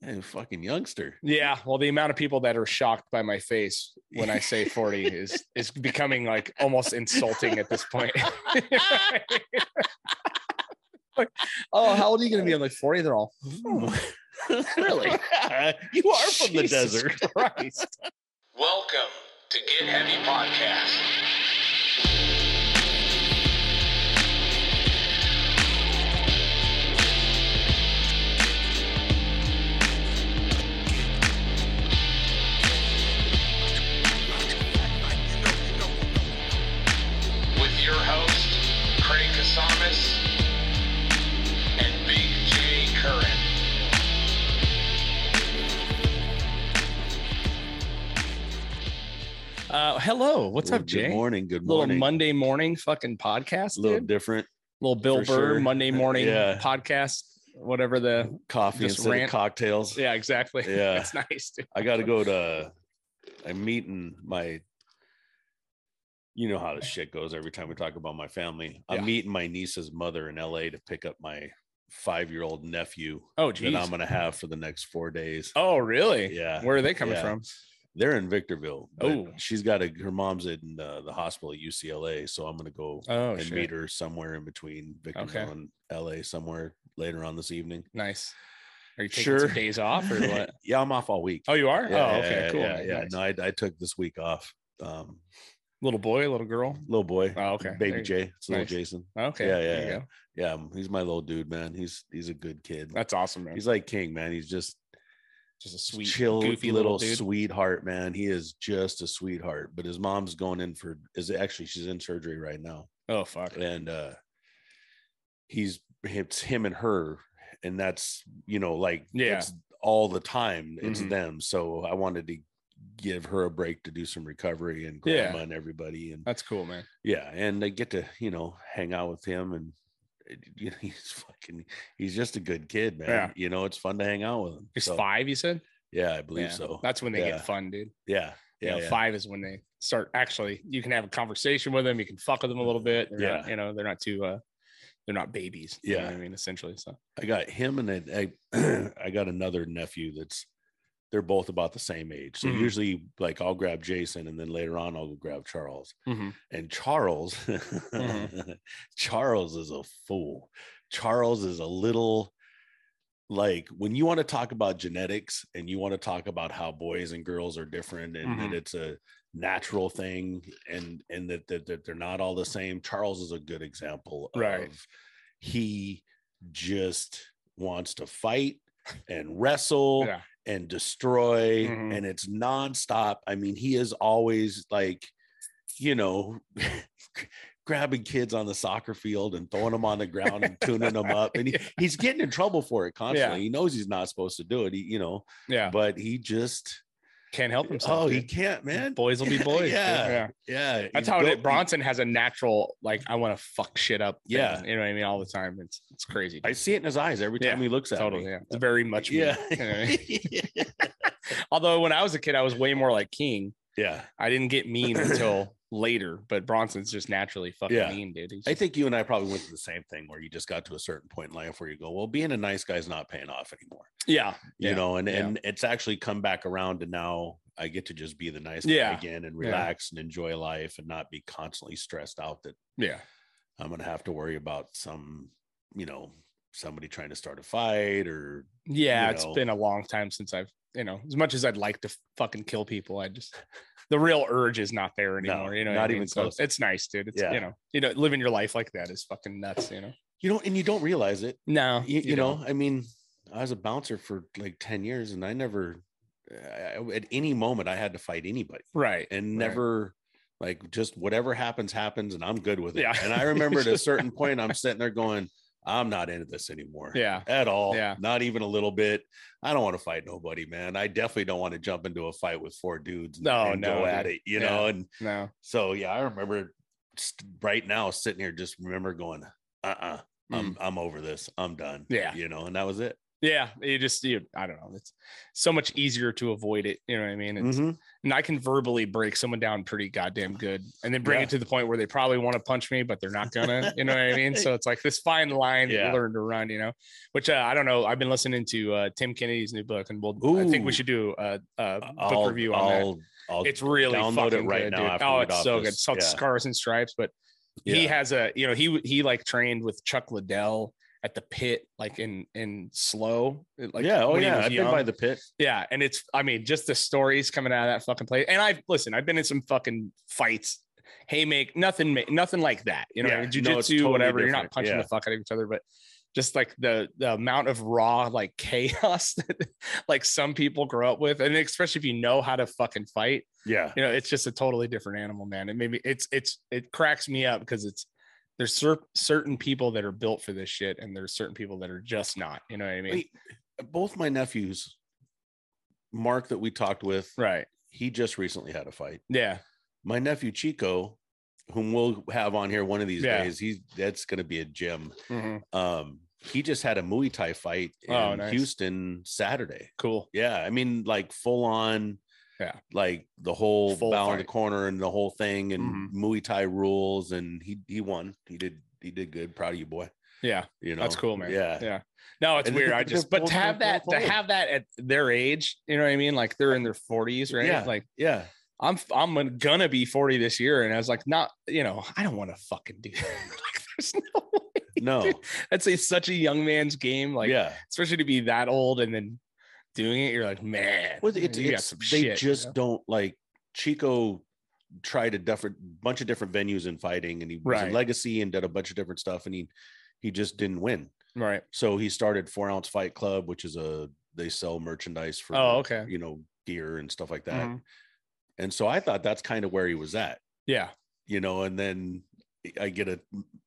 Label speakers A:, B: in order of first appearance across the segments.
A: Hey, fucking youngster.
B: Yeah, well, the amount of people that are shocked by my face when I say 40 is is becoming like almost insulting at this point. like, oh, how old are you going to be? I'm like 40. They're all "Oh, really.
A: you are from the
B: Jesus
A: desert.
B: Christ.
C: Welcome to Get Heavy Podcast. With your host, Craig Kasamis and Big J Curran.
B: Uh, hello, what's
A: Well,
B: up, Jay?
A: Good morning. Good
B: Little
A: morning.
B: Monday morning fucking podcast,
A: a little
B: dude.
A: different.
B: little Bill Burr
A: for sure.
B: Monday morning
A: Yeah.
B: podcast, whatever the
A: Coffee
B: Just
A: instead
B: rant.
A: of cocktails.
B: yeah, exactly.
A: Yeah.
B: it's nice. Dude.
A: I got to go to. I'm meeting my. You know how this shit goes. Every time we talk about my family, I'm
B: Yeah.
A: meeting my niece's mother in L.A. to pick up my five-year-old nephew
B: Oh,
A: that I'm
B: geez.
A: gonna have for the next four days.
B: Oh, really?
A: Yeah.
B: Where are they coming
A: Yeah.
B: from?
A: They're in Victorville. but
B: Oh.
A: she's got a. Her mom's in uh, the hospital at UCLA, so I'm gonna go
B: Oh,
A: and
B: shit.
A: meet her somewhere in between Victorville and L.A. somewhere later on this evening.
B: Nice. Are you taking
A: Sure.
B: some days off or what?
A: yeah, I'm off all week.
B: Oh, you are?
A: Yeah,
B: oh, okay,
A: yeah,
B: cool.
A: Yeah, yeah.
B: Nice.
A: no, I, I took this week off. Um,
B: Little boy, little girl.
A: little boy.
B: Oh, okay. There
A: Baby
B: you-
A: Jay. It's little
B: nice.
A: Jason.
B: Okay.
A: Yeah,
B: there
A: yeah,
B: you
A: yeah.
B: go.
A: Yeah, m- he's my little dude, man. He's he's a good kid.
B: That's awesome, man.
A: He's like King, man. He's just
B: just a sweet,
A: chill,
B: goofy
A: little,
B: little, dude.
A: sweetheart, man. He is just a sweetheart. But his mom's going in for is actually she's in surgery right now,
B: oh fuck.
A: and uh he's it's him and her, and that's you know like
B: Yeah.
A: it's all the time. It's
B: Mhm.
A: them. So I wanted to give her a break to do some recovery and
B: Yeah.
A: grandma and everybody and
B: That's cool, man.
A: yeah and i get to you know hang out with him and you know, he's fucking he's just a good kid man
B: Yeah.
A: you know it's fun to hang out with him
B: He's
A: So,
B: five, you said?
A: yeah i believe
B: Yeah.
A: so
B: That's when they
A: Yeah.
B: get fun, dude.
A: yeah
B: You
A: yeah,
B: know,
A: yeah.
B: five is when they start actually you can have a conversation with them, you can fuck with them a little bit. They're not-
A: Yeah.
B: you know, they're not too uh they're not babies. you know
A: Yeah.
B: what I mean, essentially. So
A: i got him and I, I i got another nephew that's they're both about the same age so
B: Mhm.
A: usually like i'll grab jason and then later on i'll go grab charles and charles
B: Mhm.
A: charles is a fool charles is a little like when you want to talk about genetics and you want to talk about how boys and girls are different and
B: Mhm.
A: that it's a natural thing and and that, that that they're not all the same charles is a good example
B: Right.
A: of he just wants to fight and wrestle
B: yeah.
A: and destroy
B: Mhm.
A: and it's nonstop. I mean, he is always like, you know, grabbing kids on the soccer field and throwing them on the ground and tuning them up. And he, he's getting in trouble for it constantly. He knows he's not supposed to do it. He, you know,
B: Yeah.
A: but he just
B: Can't help himself.
A: oh, he
B: dude.
A: can't, man.
B: Boys will be boys. dude.
A: Yeah.
B: yeah.
A: Yeah.
B: That's
A: he's
B: how it
A: built-
B: is. Bronson has a natural like I want to fuck shit up. thing.
A: Yeah.
B: you know what I mean. All the time, it's it's crazy.
A: I
B: dude.
A: see it in his eyes every time
B: Yeah,
A: he looks at
B: totally,
A: me.
B: yeah. It's very much. me,
A: Yeah.
B: you know what I mean? Although when I was a kid, I was way more like King.
A: yeah.
B: I didn't get mean until later, but Bronson's just naturally fucking
A: Yeah.
B: mean, dude. He's
A: I
B: just-
A: think you and I probably went through the same thing where you just got to a certain point in life where you go, well, being a nice guy's not paying off anymore.
B: yeah,
A: you
B: yeah.
A: know and
B: yeah.
A: and it's actually come back around to now i get to just be the nice guy
B: Yeah,
A: again and
B: yeah.
A: relax and enjoy life and not be constantly stressed out that
B: yeah,
A: i'm going to have to worry about some you know somebody trying to start a fight or
B: yeah.
A: you
B: It's
A: know.
B: been a long time since I've you know as much as I'd like to fucking kill people, I just the real urge is not there
A: No,
B: anymore. you know, what
A: not
B: I mean?
A: even
B: So
A: close.
B: it's nice, dude. It's
A: Yeah.
B: you know, you know, living your life like that is fucking nuts. You know,
A: you know and you don't realize it
B: no,
A: you, you,
B: Uh, don't.
A: know, i mean i was a bouncer for like 10 years and i never I, I- at any moment i had to fight anybody
B: right?
A: and
B: right.
A: never like just whatever happens happens and i'm good with it
B: Yeah.
A: and i remember at a certain point i'm sitting there going i'm not into this anymore
B: Yeah.
A: at all.
B: Yeah.
A: Not even a little bit. I don't want to fight nobody, man. I definitely don't want to jump into a fight with four dudes and,
B: No,
A: and
B: no,
A: go at
B: dude.
A: it, you
B: Yeah.
A: know? And
B: No.
A: so, yeah, I remember st- right now sitting here, just remember going, uh uh-uh, uh, i am I'm over this. I'm done.
B: Mm. Yeah.
A: You know, and that was it.
B: Yeah, you just you. I don't know. It's so much easier to avoid it. You know what I mean? It's,
A: Mhm.
B: And I can verbally break someone down pretty goddamn good, and then bring
A: Yeah.
B: it to the point where they probably want to punch me, but they're not gonna. you know what I mean? So it's like this fine line that
A: Yeah.
B: you learn to run. You know, which uh, I don't know. I've been listening to uh, Tim Kennedy's new book, and we'll. I think we
A: Ooh.
B: should do a, a
A: I'll-
B: book review on that.
A: I'll, I'll,
B: It's really
A: download it
B: fucking
A: right
B: good,
A: now
B: dude.
A: after
B: Oh,
A: we
B: it's
A: get
B: so
A: off
B: good.
A: this.
B: It's called
A: Yeah.
B: Scars and Stripes, but he
A: yeah.
B: has a you know he he like trained with Chuck Liddell at the pit like in in slow like
A: yeah. Oh
B: when he
A: yeah.
B: was
A: I've been
B: young.
A: by the pit.
B: yeah and it's I mean just the stories coming out of that fucking place and I've listen I've been in some fucking fights haymake nothing ma- nothing like that you know
A: Yeah,
B: what I mean?
A: no, it's
B: jujitsu
A: totally
B: whatever you're not
A: different,
B: punching
A: yeah.
B: the fuck out of each other but just like the the amount of raw like chaos that like some people grow up with and especially if you know how to fucking fight
A: Yeah.
B: you know it's just a totally different animal man it maybe it's it's it cracks me up because it's there's cer- certain people that are built for this shit and there's certain people that are just not you know what i mean
A: Wait, Both my nephews, Mark that we talked with,
B: right
A: he just recently had a fight.
B: yeah
A: My nephew Chico, whom we'll have on here one of these
B: Yeah.
A: days, he's that's going to be a gym. Um, he just had a Muay Thai fight in
B: Oh, nice.
A: Houston Saturday.
B: cool
A: Yeah, I mean, like full on.
B: Yeah.
A: like the whole
B: Full
A: bow in the
B: fight. Mm-hmm.
A: corner and the whole thing and Muay Thai rules, and he he won. He did he did good. Proud of you, boy.
B: yeah
A: You know
B: that's cool man
A: Yeah,
B: yeah no it's
A: And
B: weird i
A: they're
B: just but
A: both-
B: to have
A: they're
B: that
A: both
B: to
A: old.
B: have that at their age you know what i mean like they're in their 40s right
A: Yeah.
B: like
A: yeah.
B: i'm i'm gonna be 40 this year and i was like not you know i don't want to fucking do that like there's no way
A: No,
B: that's a, such a young man's game like
A: yeah.
B: especially to be that old and then doing it, you're like, man,
A: Well, it's,
B: you got
A: it's
B: some
A: they
B: shit, you
A: just
B: know?
A: don't like Chico tried a different bunch of different venues in fighting, and he was
B: Right.
A: in Legacy and did a bunch of different stuff, and he he just didn't win.
B: right.
A: So he started Four Ounce Fight Club, which is a they sell merchandise for
B: Oh, okay.
A: you know gear and stuff like that.
B: Mhm.
A: And so I thought that's kind of where he was at.
B: Yeah,
A: you know, and then I get a,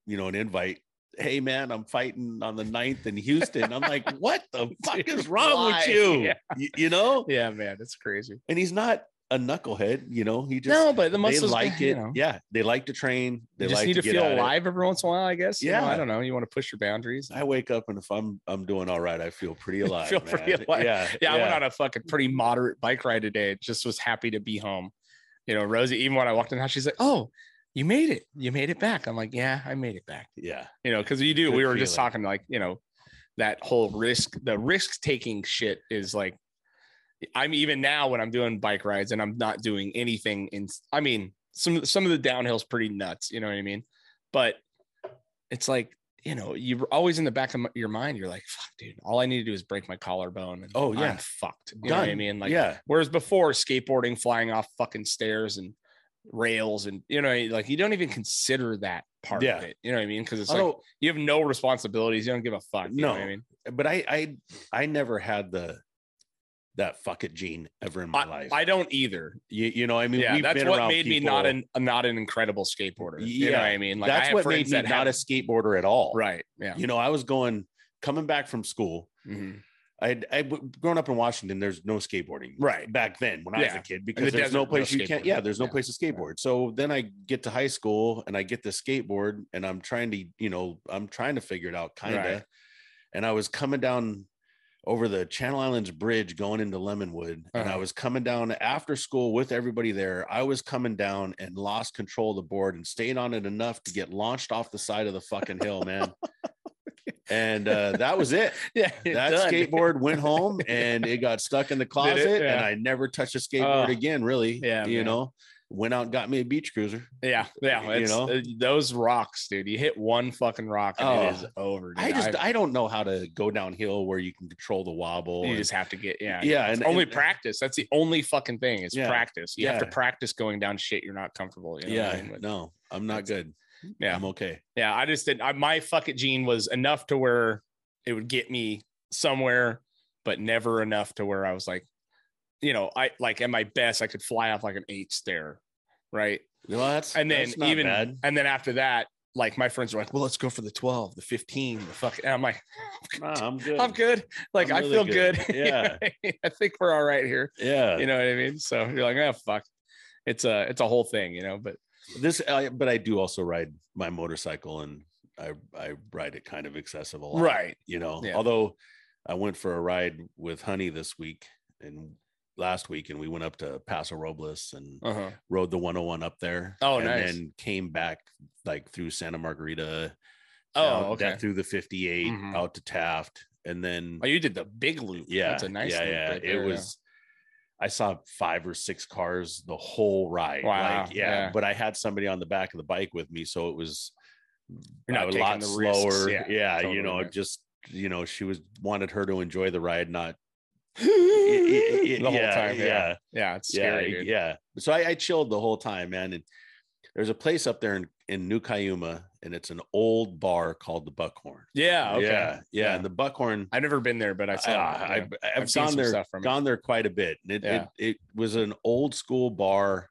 A: you know, an invite. Hey man, I'm fighting on the 9th in Houston. I'm like, what the fuck is wrong
B: why?
A: with you?
B: Yeah.
A: You, you know?
B: yeah, man, it's crazy.
A: And he's not a knucklehead, you know, he just
B: no, but the
A: they
B: muscles eh,
A: like
B: you
A: it.
B: know,
A: Yeah. They like to train. They
B: you just
A: like
B: need
A: to,
B: to,
A: get
B: feel
A: at it.
B: alive every once in a while, I guess. Yeah,
A: Yeah.
B: I don't know. You want to push your boundaries.
A: I wake up and if I'm I'm doing all right, I feel pretty alive.
B: feel pretty
A: man.
B: alive.
A: Yeah.
B: yeah, I went on a fucking pretty moderate bike ride today. Just was happy to be home. You know, Rosie. Even when I walked in the house, she's like, "Oh, you made it. You made it back." I'm like, "Yeah, I made it back."
A: Yeah.
B: you know, because you do.
A: Good
B: we were just
A: feeling.
B: talking like, you know, that whole risk, the risk taking shit is like, I'm even now when I'm doing bike rides and I'm not doing anything in, I mean, some, some of the downhill's pretty nuts, you know what I mean? But it's like, you know, you're always in the back of m- your mind, you're like, fuck, dude, all I need to do is break my collarbone. And
A: Oh, yeah.
B: I'm fucked. You know what I
A: Done.
B: mean? Like,
A: yeah.
B: Whereas before, skateboarding, flying off fucking stairs and rails, and you know, like you don't even consider that part
A: Yeah.
B: of it. You know what I mean? Because it's like
A: Although,
B: you have no responsibilities. You don't give a fuck. You know what I
A: No.
B: mean?
A: but I I I never had the that fuck it gene ever in my life.
B: I don't either.
A: you, you know, I mean,
B: yeah,
A: we've
B: that's
A: been
B: what
A: around
B: made me not
A: people-
B: an not an incredible skateboarder. You know
A: Yeah,
B: what I mean? Like I
A: that's
B: have
A: what
B: friends
A: made me
B: that have-
A: not a skateboarder at all.
B: right. Yeah.
A: You know, I was going coming back from school.
B: Mhm.
A: I I growing up in Washington, there's no skateboarding
B: Right.
A: back then when I was
B: Yeah.
A: a kid because
B: the
A: there's no
B: desert, no
A: place you can't.
B: skateboarding.
A: Yeah, there's no
B: Yeah.
A: place to skateboard. So then I get to high school and I get this skateboard and I'm trying to you know I'm trying to figure it out kind of.
B: Right.
A: And I was coming down over the Channel Islands Bridge going into Lemonwood, and I
B: Uh-huh.
A: was coming down after school with everybody there. I was coming down and lost control of the board and stayed on it enough to get launched off the side of the fucking hill, man. and uh, that was it
B: Yeah. you're
A: that
B: done.
A: skateboard went home and it got stuck in the closet
B: Yeah.
A: and I never touched a skateboard
B: Oh.
A: again, really.
B: Yeah,
A: You
B: man.
A: know, went out and got me a beach cruiser.
B: Yeah.
A: you
B: Yeah. It's,
A: know?
B: uh, those rocks, dude. You hit one fucking rock and it
A: Oh.
B: is over. Dude.
A: I just I don't know how to go downhill where you can control the wobble.
B: you
A: and-
B: just have to get yeah.
A: yeah,
B: It's
A: and
B: only
A: and-
B: practice. That's the only fucking thing is
A: Yeah.
B: practice. You have to
A: Yeah.
B: practice going down shit you're not comfortable. You know what I
A: yeah,
B: mean? But-
A: no, I'm not good.
B: Yeah.
A: I'm okay.
B: yeah. I just did. I, my fuck it gene was enough to where it would get me somewhere, but never enough to where I was like, you know, I like at my best I could fly off like an eight stair, right?
A: You know, that's
B: And then
A: that's not
B: even
A: bad.
B: and then after that, like my friends were like, well, let's go for the twelve, the fifteen, the fuck. And I'm like,
A: Nah, I'm good.
B: I'm good. Like
A: I'm
B: i
A: really
B: feel
A: good.
B: good.
A: Yeah.
B: I think we're all right here.
A: Yeah.
B: you know what I mean? So you're like, oh fuck, it's a it's a whole thing, you know. But
A: This I, but I do also ride my motorcycle and I I ride it kind of excessive a lot. You know,
B: Yeah.
A: although I went for a ride with Honey this week and last week, and we went up to Paso Robles and
B: Uh-huh.
A: rode the 101 up there.
B: Oh,
A: and
B: nice.
A: Then came back like through Santa Margarita. down-
B: Oh,
A: down
B: okay.
A: through the 58
B: Mhm.
A: out to Taft, and then
B: Oh, you did the big loop.
A: yeah,
B: that's a nice.
A: yeah,
B: loop
A: yeah.
B: right there,
A: it was. I saw five or six cars the whole ride.
B: Wow,
A: Like, yeah,
B: yeah.
A: but I had somebody on the back of the bike with me, so it was uh,
B: You're not
A: a
B: taking
A: lot
B: the risks,
A: slower.
B: yeah,
A: Yeah,
B: totally,
A: you know,
B: man.
A: just you know, she was wanted her to enjoy the ride, not
B: the whole
A: yeah,
B: time. Yeah, yeah,
A: yeah.
B: it's scary.
A: yeah,
B: dude.
A: yeah. So I, I chilled the whole time, man. And there's a place up there in, in New Cayuma, and it's an old bar called the Buckhorn.
B: Yeah, Ah, okay.
A: yeah, yeah.
B: Yeah.
A: And the Buckhorn,
B: I've never been there, but I
A: I,
B: saw. it, yeah.
A: I, I, have
B: I've seen
A: gone
B: some
A: there,
B: stuff from it.
A: gone there quite a bit. And it,
B: Yeah.
A: it, it was an old school bar,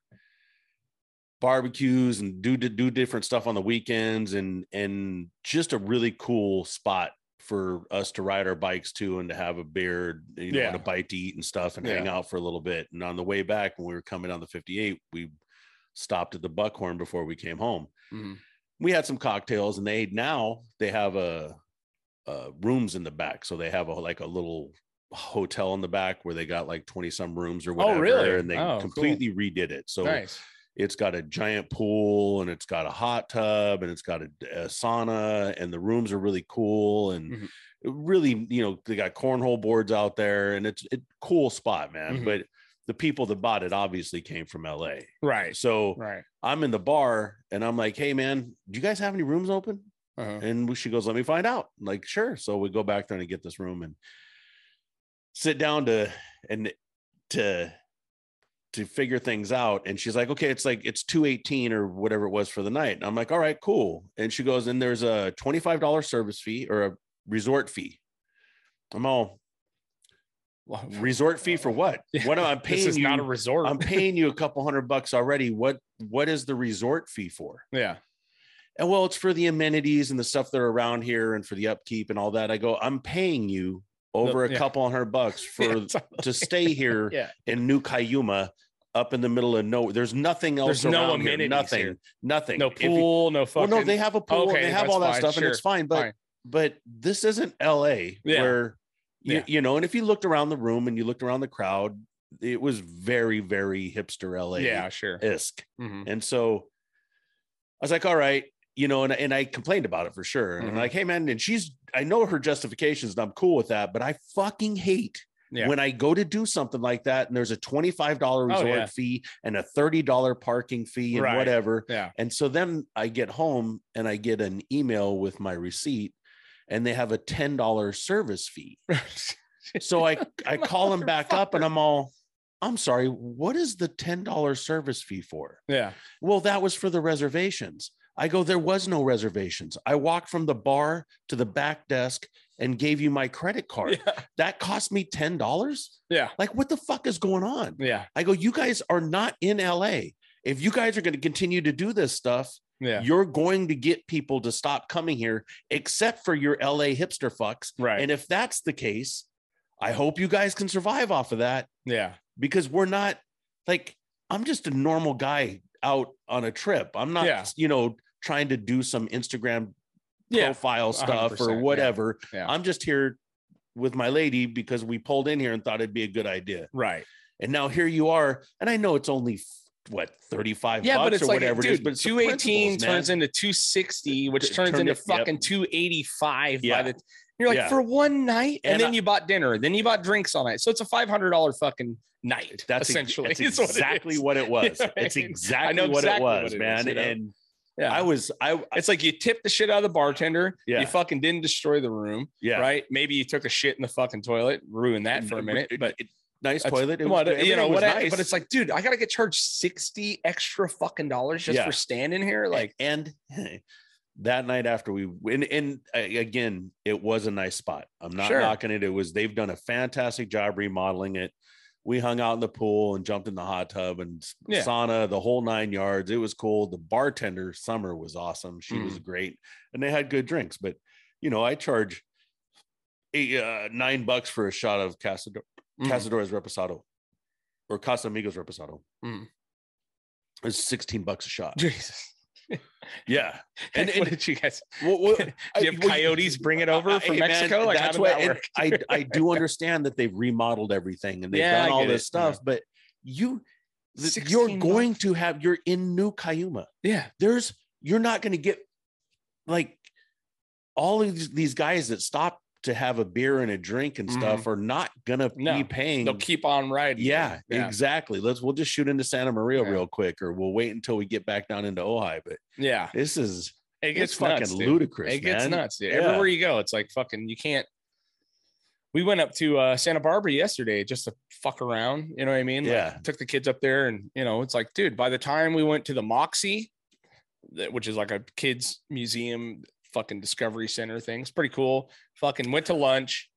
A: barbecues and do to do different stuff on the weekends, and and just a really cool spot for us to ride our bikes to and to have a beer, you know, and
B: Yeah.
A: a bite to eat and stuff, and hang out for a little bit. And on the way back, when we were coming down the 58, we stopped at the Buckhorn before we came home
B: Mhm.
A: we had some cocktails and they now they have a, uh rooms in the back so they have a like a little hotel in the back where they got like 20 some rooms or whatever
B: really?
A: and they
B: Oh, cool.
A: completely redid it so
B: nice.
A: it's got a giant pool and it's got a hot tub and it's got a, a sauna and the rooms are really cool and
B: Mhm.
A: really you know they got cornhole boards out there and it's a cool spot man
B: Mhm.
A: but the people that bought it obviously came from la
B: Right.
A: so
B: Right.
A: I'm in the bar and I'm like, hey man, do you guys have any rooms open?
B: Uh-huh.
A: And she goes, let me find out. I'm like, sure. So we go back there and get this room and sit down to and to to figure things out. And she's like, okay, it's like it's 218 or whatever it was for the night. And I'm like, all right, cool. And she goes, and there's a $25 service fee or a resort fee. I'm all resort fee for what? What am I paying?
B: This is
A: you?
B: not a resort.
A: I'm paying you a couple hundred bucks already. What what is the resort fee for?
B: yeah.
A: And well, it's for the amenities and the stuff that are around here and for the upkeep and all that. I go, I'm paying you over
B: No,
A: a
B: yeah.
A: couple hundred bucks for
B: Yeah, totally.
A: to stay here
B: Yeah.
A: in New Cayuma up in the middle of nowhere. There's nothing else
B: There's no
A: around here.
B: amenities
A: Nothing.
B: here.
A: Nothing.
B: no
A: If you-
B: pool, no
A: well,
B: fucking.
A: no, they have a pool
B: Okay,
A: and they have
B: that's
A: all that
B: fine,
A: stuff
B: sure,
A: and it's fine. But
B: fine.
A: but this isn't LA
B: Yeah.
A: where you,
B: Yeah.
A: you know, and if you looked around the room and you looked around the crowd, it was very, very hipster LA
B: yeah, sure.
A: isk.
B: Mhm.
A: And so I was like, all right, you know, and, and I complained about it for sure. And
B: Mhm.
A: I'm like, hey, man, and she's, I know her justifications and I'm cool with that, but I fucking hate
B: Yeah.
A: when I go to do something like that and there's a $25
B: Oh,
A: resort
B: yeah.
A: fee and a $30 parking fee and
B: Right.
A: whatever.
B: Yeah.
A: And so then I get home and I get an email with my receipt and they have a $10 service fee. So I, I call them back up and I'm all, I'm sorry, what is the $10 service fee for?
B: yeah.
A: Well, that was for the reservations. I go, there was no reservations. I walked from the bar to the back desk and gave you my credit card.
B: Yeah.
A: That cost me $10.
B: Yeah.
A: Like, what the fuck is going on?
B: Yeah.
A: I go, you guys are not in LA. If you guys are going to continue to do this stuff,
B: Yeah.
A: you're going to get people to stop coming here, except for your LA hipster fucks.
B: Right.
A: And if that's the case, I hope you guys can survive off of that
B: yeah.
A: because we're not like I'm just a normal guy out on a trip. I'm not,
B: Yeah.
A: you know, trying to do some Instagram
B: Yeah.
A: profile stuff
B: 100%,
A: or
B: yeah.
A: whatever.
B: Yeah.
A: I'm just here with my lady because we pulled in here and thought it'd be a good idea.
B: Right.
A: And now here you are. And I know it's only what 35
B: Yeah,
A: bucks
B: but it's
A: or
B: like,
A: whatever
B: dude,
A: it is, but it's the
B: 218
A: principles, man.
B: turns into 260, which
A: T-
B: turns
A: turned
B: into
A: it- yep.
B: fucking 285
A: Yeah.
B: by the. You're like
A: Yeah.
B: for one night, and,
A: And
B: then
A: I-
B: you bought dinner, then you bought drinks all night, so it's a five hundred dollar fucking night.
A: that's ex-
B: essentially
A: that's
B: is what it
A: exactly
B: is.
A: what it was.
B: Yeah,
A: It's
B: right.
A: exactly,
B: know
A: what it
B: exactly
A: was,
B: what it is,
A: man.
B: you know?
A: And
B: Yeah.
A: I was, I,
B: It's like you tipped the shit out of the bartender. You
A: Yeah.
B: fucking didn't destroy the room,
A: yeah,
B: right? Maybe you took a shit in the fucking toilet, ruined that for a minute, but
A: it- nice
B: that's-
A: toilet. It
B: what,
A: was,
B: you know
A: everything was
B: what? I-
A: nice.
B: But it's like, dude, I gotta get charged sixty extra fucking dollars just
A: Yeah.
B: for standing here. Like,
A: and that night after we and and uh, again it was a nice spot i'm not
B: Sure.
A: knocking it it was they've done a fantastic job remodeling it we hung out in the pool and jumped in the hot tub and s-
B: Yeah.
A: sauna the whole nine yards it was cool the bartender summer was awesome she was
B: Mm.
A: great and they had good drinks but you know i charge eight, uh, nine bucks for a shot of Casador-
B: mm,
A: casadores reposado or casamigos reposado
B: Mm.
A: it's 16 bucks a shot
B: Jesus,
A: Yeah. And-
B: what
A: and-
B: did you guys?
A: Well, well,
B: Do you have
A: I- well,
B: coyotes bring it over
A: I-
B: from
A: hey, man,
B: Mexico? like, how
A: that's
B: did
A: why
B: that
A: and
B: work?
A: I I do understand that they've remodeled everything and they've
B: Yeah, I
A: done all
B: get
A: this
B: it,
A: stuff, but you th-
B: 16
A: you're
B: bucks.
A: going to have you're in New Cayuma.
B: Yeah,
A: There's you're not going to get like all of these, these guys that stop to have a beer and a drink and stuff are not going to
B: Mm-hmm. No,
A: be paying.
B: they'll keep on riding.
A: yeah,
B: yeah,
A: exactly. Let's we'll just shoot into Santa Maria
B: Yeah.
A: real quick, or we'll wait until we get back down into Ojai. But
B: yeah.
A: this is
B: It
A: it's,
B: gets
A: fucking
B: nuts, dude.
A: ludicrous.
B: It gets
A: man.
B: nuts, dude.
A: Yeah.
B: Everywhere you go, it's like fucking. You can't. We went up to uh, Santa Barbara yesterday just to fuck around. You know what I mean? Like,
A: Yeah.
B: took the kids up there, and you know, it's like, dude. By the time we went to the Moxie, that which is like a kids museum, fucking Discovery Center thing. It's pretty cool. Fucking went to lunch.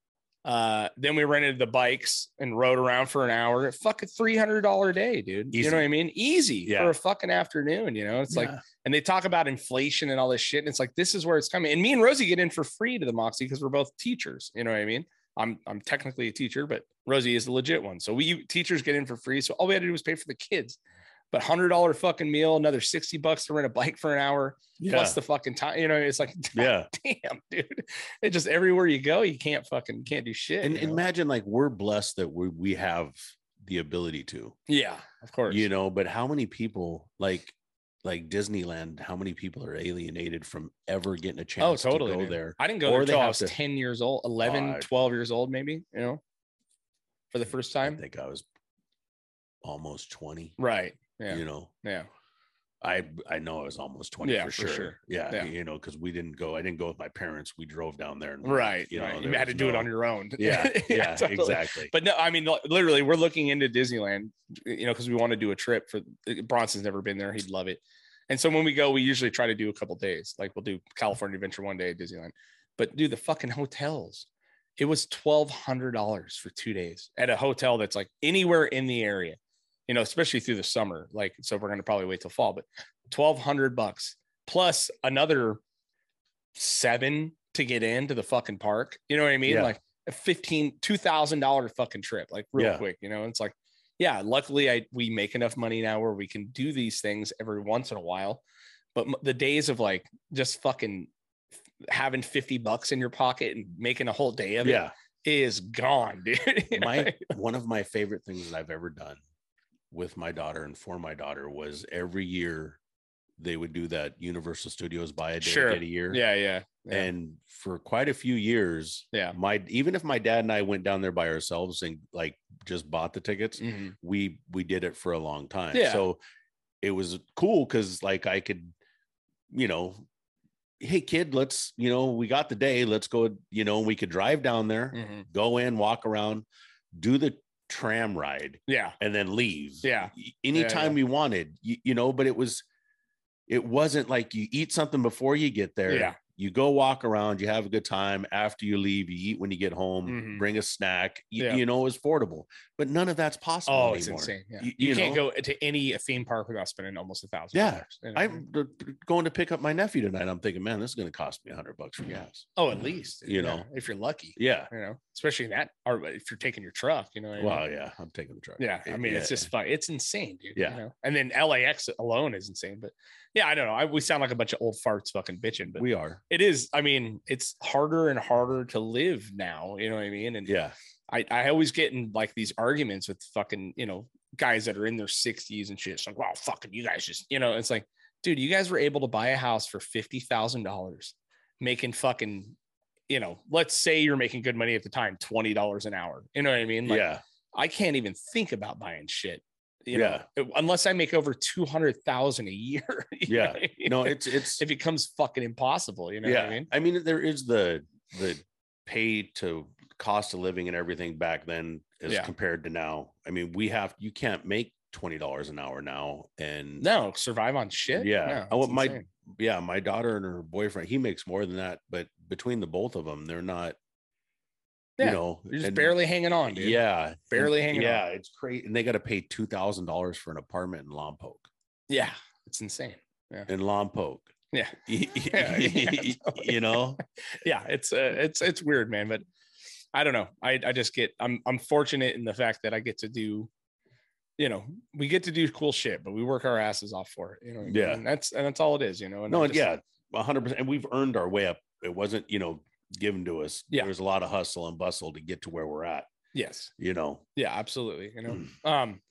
B: Uh, then we rented the bikes and rode around for an hour. Fucking three hundred dollar a day, dude. You
A: Easy.
B: know what I mean? Easy
A: Yeah.
B: for a fucking afternoon. You know, it's like and they talk about inflation and all this shit. And it's like this is where it's coming. And me and Rosie get in for free to the Moxie because we're both teachers. You know what I mean? I'm I'm technically a teacher, but Rosie is the legit one. So we teachers get in for free. So all we had to do was pay for the kids. But hundred dollar fucking meal, another sixty bucks to rent a bike for an hour,
A: yeah.
B: plus the fucking time. You know, it's like
A: yeah.
B: damn, dude. It just everywhere you go, you can't fucking can't do shit.
A: and
B: you know?
A: imagine like we're blessed that we we have the ability to
B: yeah, of course.
A: you know but how many people like like disneyland how many people are alienated from ever getting a chance
B: oh, totally.
A: to go
B: dude.
A: there
B: I didn't go
A: Or
B: there
A: they
B: until I
A: have
B: was
A: to-
B: 10 years old, 11,
A: God.
B: 12 years old, maybe, you know, for the first
A: i
B: time.
A: think i was almost 20
B: Right. Yeah.
A: you know
B: Yeah.
A: i i know i was almost 20
B: Yeah,
A: for,
B: for
A: sure.
B: sure.
A: yeah,
B: Yeah.
A: you know because we didn't go i didn't go with my parents we drove down there and went,
B: Right.
A: you
B: You,
A: know
B: right. you
A: there
B: had to
A: was
B: do it
A: no-
B: on your own.
A: yeah yeah,
B: totally.
A: exactly
B: But no, I mean, li- literally, we're looking into Disneyland, you know, because we want to do a trip for Bronson's never been there. He'd love it. And so when we go, we usually try to do a couple days. Like we'll do California Adventure one day at Disneyland. But do the fucking hotels. It was twelve hundred dollars for two days at a hotel that's like anywhere in the area, you know, especially through the summer. Like, so we're gonna probably wait till fall, but twelve hundred bucks plus another seven to get into the fucking park. You know what I mean?
A: Yeah.
B: Like a fifteen, two thousand dollar fucking trip, like real
A: Yeah.
B: quick. You know, it's like, yeah. Luckily, I we make enough money now where we can do these things every once in a while. But m- the days of like just fucking having fifty bucks in your pocket and making a whole day of it
A: yeah
B: is gone, dude. You know?
A: my one of my favorite things that I've ever done with my daughter and for my daughter was every year they would do that Universal Studios buy a day
B: Sure.
A: get a year.
B: yeah, yeah, yeah.
A: And for quite a few years,
B: Yeah.
A: my even if my dad and I went down there by ourselves and like just bought the tickets,
B: Mhm.
A: we we did it for a long time.
B: Yeah.
A: So it was cool because like I could, you know, hey kid, let's you know we got the day, let's go, you know, we could drive down there
B: Mhm.
A: go in, walk around, do the tram ride,
B: yeah,
A: and then leave.
B: Yeah.
A: Y- Anytime we wanted, you, you know, but it was, it wasn't like you eat something before you get there.
B: Yeah.
A: You go walk around, you have a good time. After you leave, you eat when you get home,
B: Mhm.
A: bring a snack. You,
B: Yeah.
A: you know, it was affordable, but none of that's possible.
B: Oh,
A: anymore.
B: it's insane. Yeah. You,
A: You- you
B: can't
A: know?
B: go to any theme park without spending almost a thousand.
A: Yeah.
B: dollars, you know?
A: I'm d- d- going to pick up my nephew tonight. I'm thinking, man, this is going to cost me a hundred bucks for gas.
B: oh, at least
A: you
B: yeah,
A: know.
B: if you're lucky,
A: Yeah.
B: you know, especially in that, or if you're taking your truck, you know. what I mean?
A: Well, yeah, I'm taking the truck.
B: Yeah, I mean, it's
A: Yeah.
B: just fun. It's insane, dude.
A: Yeah.
B: You know? And then LAX alone is insane, but yeah, I don't know. I, we sound like a bunch of old farts fucking bitching, but
A: we are.
B: it is. I mean, it's harder and harder to live now. You know what I mean? And
A: Yeah.
B: I, I always get in like these arguments with fucking, you know, guys that are in their 60s and shit. It's like, wow, fucking you guys just, you know, it's like, dude, you guys were able to buy a house for $50,000, making fucking, you know, let's say you're making good money at the time, $20 an hour. You know what I mean? Like,
A: yeah.
B: I can't even think about buying shit. You
A: Yeah.
B: know, unless I make over 200,000 a year. You know
A: Yeah.
B: what I mean?
A: No, it's, it's,
B: it becomes fucking impossible. You know
A: yeah.
B: what I mean?
A: there is the the pay to cost of living and everything back then as
B: Yeah.
A: compared to now. I mean, we have you can't make twenty dollars an hour now, and
B: No, survive on shit.
A: Yeah.
B: No,
A: I
B: it's
A: want my-
B: insane.
A: yeah, my daughter and her boyfriend he makes more than that, but between the both of them, they're not.
B: Yeah,
A: You know,
B: You're just
A: and-
B: barely hanging on, dude.
A: Yeah,
B: Barely hanging on.
A: Yeah, it's crazy, and they got to pay two thousand dollars for an apartment in Lompoc.
B: Yeah. It's insane.
A: In Lompoc,
B: Yeah. Yeah, yeah, totally.
A: you know,
B: Yeah. It's, uh, it's, it's weird, man. But I don't know. I, I just get, I'm, I'm fortunate in the fact that I get to do you know, we get to do cool shit, but we work our asses off for it. You know, what I mean?
A: Yeah.
B: And that's and that's all it is, you know. And
A: No,
B: I
A: and
B: just-
A: yeah, hundred percent. And we've earned our way up. It wasn't, you know, given to us.
B: Yeah.
A: There's a lot of hustle and bustle to get to where we're at,
B: Yes.
A: you know. Hmm.
B: Yeah, absolutely. You know. um,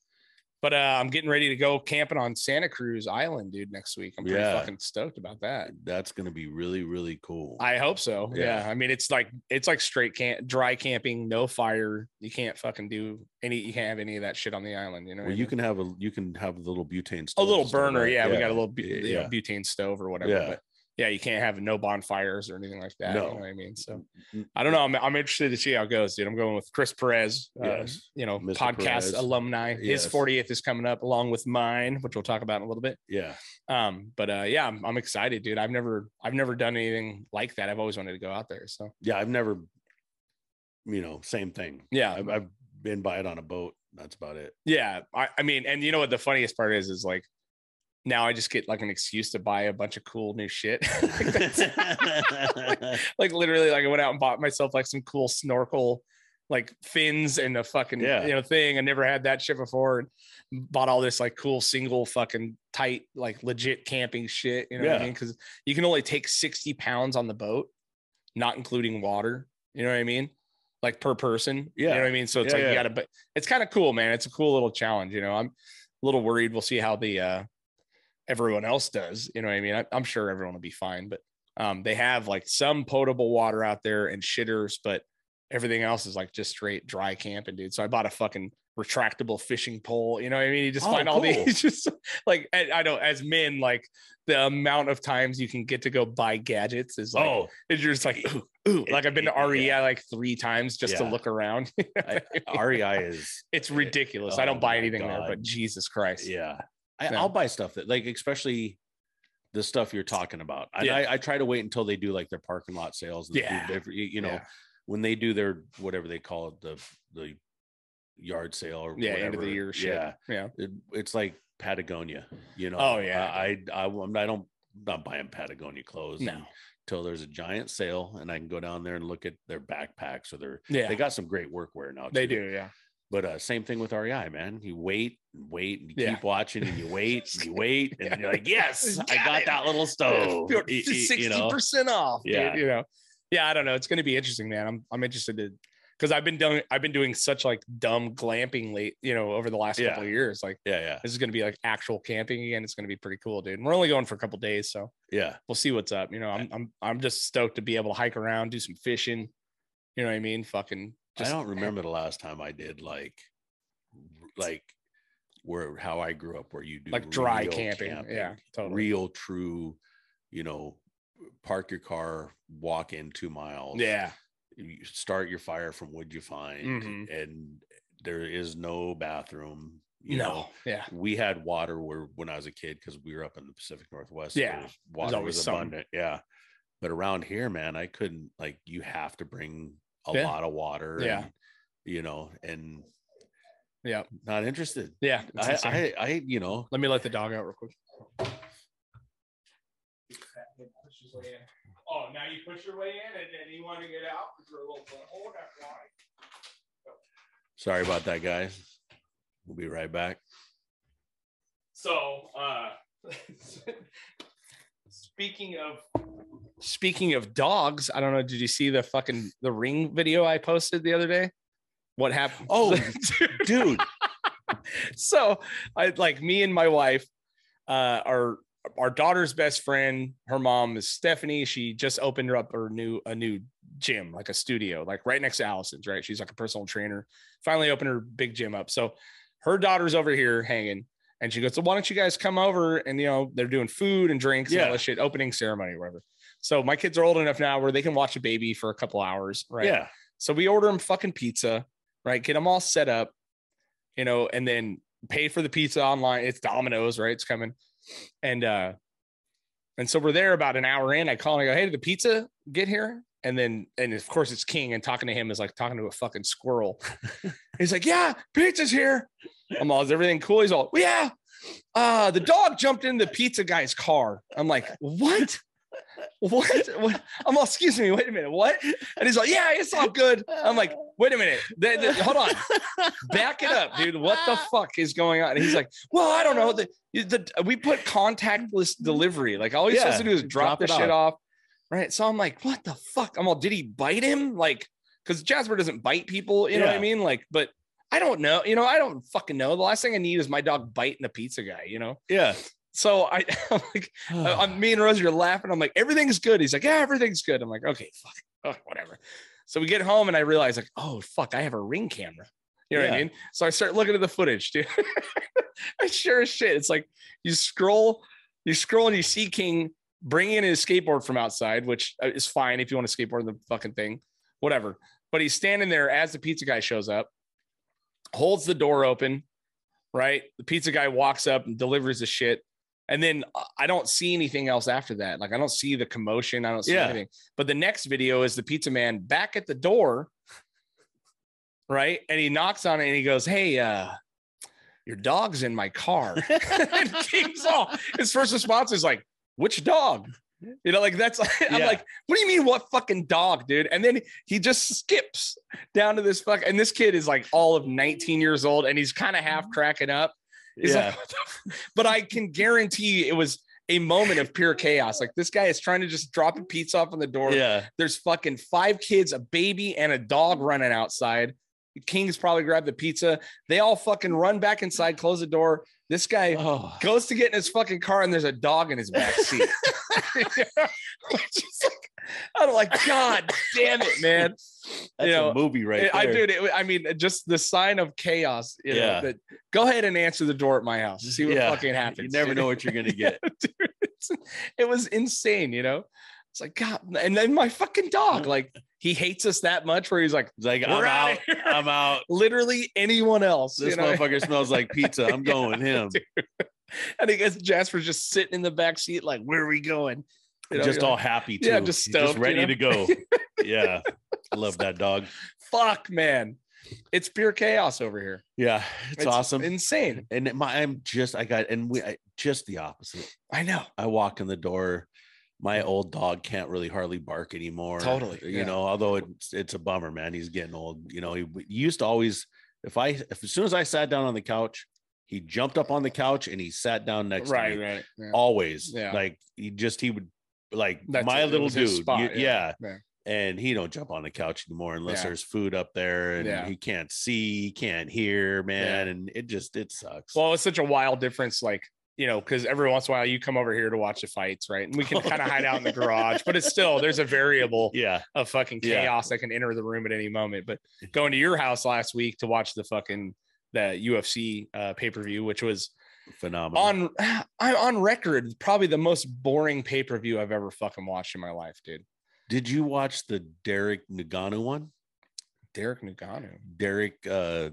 B: but uh, I'm getting ready to go camping on Santa Cruz Island, dude, next week. I'm pretty
A: Yeah.
B: fucking stoked about that.
A: That's gonna be really, really cool.
B: I hope so. Yeah.
A: Yeah.
B: I mean, it's like it's like straight camp, dry camping, no fire. You can't fucking do any. You can't have any of that shit on the island. You know.
A: well,
B: what I
A: you
B: mean?
A: can have a you can have a little butane
B: a
A: stove
B: little
A: and stuff,
B: burner.
A: right?
B: Yeah, we got a little bu-
A: Yeah,
B: you know,
A: yeah.
B: butane stove or whatever.
A: Yeah.
B: But yeah, you can't have no bonfires or anything like that. You
A: No.
B: know what I mean? So
A: Mm,
B: I don't know. I'm, I'm interested to see how it goes, dude. I'm going with Chris Perez, uh,
A: Yes.
B: you know,
A: Mr.
B: podcast
A: Perez.
B: alumni.
A: Yes.
B: His 40th is coming up along with mine, which we'll talk about in a little bit.
A: Yeah.
B: Um, but uh, yeah, I'm, I'm excited, dude. I've never, I've never done anything like that. I've always wanted to go out there. So
A: Yeah. I've never, you know, same thing.
B: yeah,
A: I've, I've been by it on a boat. That's about it.
B: yeah. I, I mean, and you know what the funniest part is, is like, now I just get like an excuse to buy a bunch of cool new shit. Like, that's- like literally like I went out and bought myself like some cool snorkel like fins and a fucking
A: Yeah.
B: you know thing. I never had that shit before. And bought all this like cool single fucking tight like legit camping shit. You know what I
A: Yeah.
B: mean? Because you can only take sixty pounds on the boat, not including water. You know what I mean? Like per person. You know
A: Yeah.
B: what I mean? So it's
A: Yeah,
B: like you
A: yeah.
B: gotta but it's kind of cool, man. It's a cool little challenge. You know, I'm a little worried. We'll see how the uh everyone else does. You know what I mean? I, I'm sure everyone will be fine, but um, they have like some potable water out there and shitters, but everything else is like just straight dry camping, dude. So I bought a fucking retractable fishing pole. You know what I mean? You just
A: Oh,
B: find all
A: cool.
B: these just like I, I don't as men like the amount of times you can get to go buy gadgets is like
A: oh,
B: it's just like ooh, ooh. like I've been to
A: Yeah.
B: REI like three times just to
A: Yeah.
B: look around.
A: E I, REI is
B: it's ridiculous. I
A: Oh
B: don't buy
A: my
B: anything there,
A: God.
B: but Jesus Christ.
A: Yeah. I,
B: Yeah.
A: I'll buy stuff that like especially the stuff you're talking about. And
B: Yeah.
A: I, I try to wait until they do like their parking lot sales and the food
B: Yeah.
A: delivery, you, you know,
B: Yeah.
A: when they do their whatever they call it, the the yard sale or
B: Yeah,
A: whatever.
B: end of the year shit.
A: Yeah.
B: yeah.
A: It, it's like Patagonia, you know.
B: Oh, yeah.
A: I I, I I'm- I don't not buying Patagonia clothes
B: No.
A: until there's a giant sale and I can go down there and look at their backpacks or their
B: Yeah.
A: they got some great workwear now.
B: They
A: too.
B: do, yeah.
A: But uh, same thing with REI, man. You wait and wait and you
B: Yeah.
A: keep watching and you wait and you wait and you're like, yes, I
B: Got
A: got
B: it.
A: that little stove. Y- y-
B: sixty
A: you know?
B: percent off. Yeah,
A: Yeah.
B: you know, yeah. I don't know. It's going to be interesting, man. I'm I'm interested to because I've been doing I've been doing such like dumb glamping late, you know, over the last
A: Yeah.
B: couple of years. Like
A: Yeah, yeah,
B: this is going to be like actual camping again. It's going to be pretty cool, dude. And we're only going for a couple days, so
A: yeah,
B: we'll see what's up. You know, I'm I'm I'm just stoked to be able to hike around, do some fishing. You know what I mean? Fucking. Just, eh.
A: I don't remember the last time I did like, r- like, where how I grew up, where you do
B: like dry
A: real
B: camping. Yeah, totally.
A: real true, you know, park your car, walk in two miles,
B: yeah,
A: you start your fire from wood you find,
B: Mhm.
A: and there is no bathroom. You
B: no,
A: know,
B: yeah,
A: we had water where when I was a kid because we were up in the Pacific Northwest. so
B: Yeah,
A: there was water
B: always
A: was
B: something.
A: abundant. Yeah, but around here, man, I couldn't like you have to bring a
B: Yeah.
A: lot of water.
B: Yeah.
A: and, you know, and
B: Yeah.
A: not interested.
B: yeah. it's
A: I,
B: insane.
A: I, I, you know,
B: Let me let the dog out real quick. Oh, now you push your way in, and then you want to get out with your little hole. That's why.
A: sorry about that, guys. We'll be right back.
B: So, uh, speaking of speaking of dogs, I don't know. Did you see the fucking the ring video I posted the other day? What happened?
A: Oh,
B: Dude.
A: Dude,
B: so I like me and my wife, uh, our our daughter's best friend, her mom is Stephanie. She just opened up her new a new gym, like a studio, like right next to Allison's, right? She's like a personal trainer. Finally opened her big gym up. So her daughter's over here hanging. And she goes, so why don't you guys come over? And you know, they're doing food and drinks and all
A: Yeah.
B: this shit, opening ceremony, whatever. So my kids are old enough now where they can watch a baby for a couple hours, right?
A: yeah,
B: So we order them fucking pizza, right? Get them all set up, you know, and then pay for the pizza online. It's Domino's, right? It's coming. And uh and so we're there about an hour in. I call and I go, Hey, did the pizza get here? And then and of course it's King and talking to him is like talking to a fucking squirrel. He's like, Yeah, pizza's here. I'm all is everything cool? He's all, Yeah. Uh the dog jumped in the pizza guy's car. I'm like, What? what? what? I'm like, excuse me, wait a minute, what? And he's like, yeah, it's all good. I'm like, wait a minute, th- th- hold on, back it up, dude. What the fuck is going on? And he's like, well, I don't know. The, the we put contactless delivery. Like all he's
A: Yeah,
B: supposed to do is
A: drop
B: drop, the
A: it
B: shit off, right? So I'm like, what the fuck? I'm all, did he bite him? Like, because Jasper doesn't bite people. You know what I
A: Yeah.
B: mean? Like, but. I don't know. You know, I don't fucking know. The last thing I need is my dog biting a pizza guy, you know?
A: Yeah.
B: So I, I'm like, I- I'm me and Rosie are laughing. I'm like, everything's good. He's like, yeah, everything's good. I'm like, okay, fuck, oh, whatever. So we get home and I realize like, oh fuck, I have a ring camera. You know what I
A: Yeah.
B: mean? So I start looking at the footage, dude. I sure as shit. It's like you scroll, you scroll and you see King bringing in his skateboard from outside, which uh, is fine if you want to skateboard the fucking thing, whatever. But he's standing there as the pizza guy shows up, holds the door open, right? The pizza guy walks up and delivers the shit. And then uh, I don't see anything else after that. Like I don't see the commotion. I don't see
A: Yeah.
B: anything. But the next video is the pizza man back at the door, right? And he knocks on it and he goes, Hey, uh, your dog's in my car. and King's all his first response is like, which dog? You know, like that's I'm
A: Yeah.
B: like, what do you mean what fucking dog, dude? And then he just skips down to this fuck. And this kid is like all of 19 years old and he's kind of half cracking up. He's
A: yeah.
B: like, "What the f-" but I can guarantee it was a moment of pure chaos. Like this guy is trying to just drop a pizza off on the door.
A: yeah.
B: There's fucking five kids, a baby, and a dog running outside. King's probably grabbed the pizza. They all fucking run back inside, close the door. This guy
A: Oh.
B: goes to get in his fucking car and there's a dog in his back seat. Just like- I'm like, God damn it, man.
A: That's
B: you know,
A: a movie right
B: It-
A: there.
B: I dude, it, I mean, just the sign of chaos. You know,
A: Yeah.
B: that, go ahead and answer the door at my house. See what
A: Yeah.
B: fucking happens.
A: You never
B: dude.
A: know what you're gonna get.
B: Dude, it's- it was insane, you know? It's like, God. And then my fucking dog, like, he hates us that much where he's like,
A: It's like I'm
B: We're outta
A: out. I'm out.
B: literally anyone else.
A: This
B: you know?
A: motherfucker smells like pizza. I'm going him.
B: And I guess Jasper's just sitting in the back seat, like, where are we going? You know,
A: just
B: you're
A: all
B: like,
A: happy too.
B: Yeah, just stoked, you
A: ready
B: know?
A: to go. Yeah. I love that dog.
B: fuck, man. It's pure chaos over here.
A: Yeah. It's, awesome.
B: Insane.
A: and my I'm just I got and we I, just the opposite.
B: I know.
A: I walk in the door. My old dog can't really hardly bark anymore.
B: Totally,
A: You
B: yeah.
A: know, although it's it's a bummer, man. He's getting old. You know, he, he used to always if I if as soon as I sat down on the couch, he jumped up on the couch and he sat down next to me.
B: Right, right. yeah.
A: Always.
B: Yeah.
A: Like he just he would like
B: That's
A: my
B: it, it
A: little
B: was his
A: dude.
B: spot,
A: you-
B: yeah,
A: yeah.
B: yeah.
A: And he don't jump on the couch anymore unless
B: Yeah.
A: there's food up there and
B: Yeah.
A: he can't see, he can't hear, man. And it just it sucks.
B: Well, it's such a wild difference, like you know, because every once in a while you come over here to watch the fights, right? And we can kind of hide out in the garage, but it's still there's a variable
A: Oh, yeah.
B: of fucking
A: Yeah.
B: chaos that can enter the room at any moment. But going to your house last week to watch the fucking the UFC uh, pay per view, which was
A: Phenomenal.
B: on I'm on record probably the most boring pay per view I've ever fucking watched in my life, dude.
A: Did you watch the Derek Nagano one?
B: Derek Nuganu.
A: Derek, uh,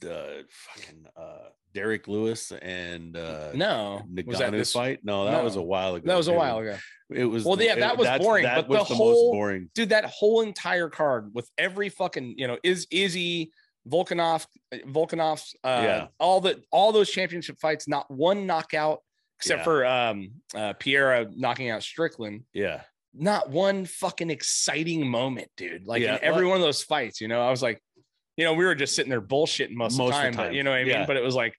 A: the fucking uh, Derek Lewis and uh,
B: No, was that
A: Nagano
B: this?
A: fight? No, that was a
B: No.
A: while ago.
B: That was a
A: dude.
B: while ago.
A: It was.
B: Well,
A: the-
B: yeah, that
A: it-
B: was
A: that's-
B: boring,
A: That
B: but the
A: was the
B: whole-
A: most boring.
B: dude, that whole entire card with every fucking, you know, is Izzy, Volkanov, Volkanov's, uh,
A: Yeah.
B: all the all those championship fights, not one knockout except
A: Yeah.
B: for um uh Piera knocking out Strickland.
A: Yeah,
B: Not one fucking exciting moment, dude. Like
A: Yeah.
B: in every one of those fights, you know, I was like, you know, we were just sitting there bullshitting most, of the time, But, you know what I mean?
A: yeah.
B: But it was like,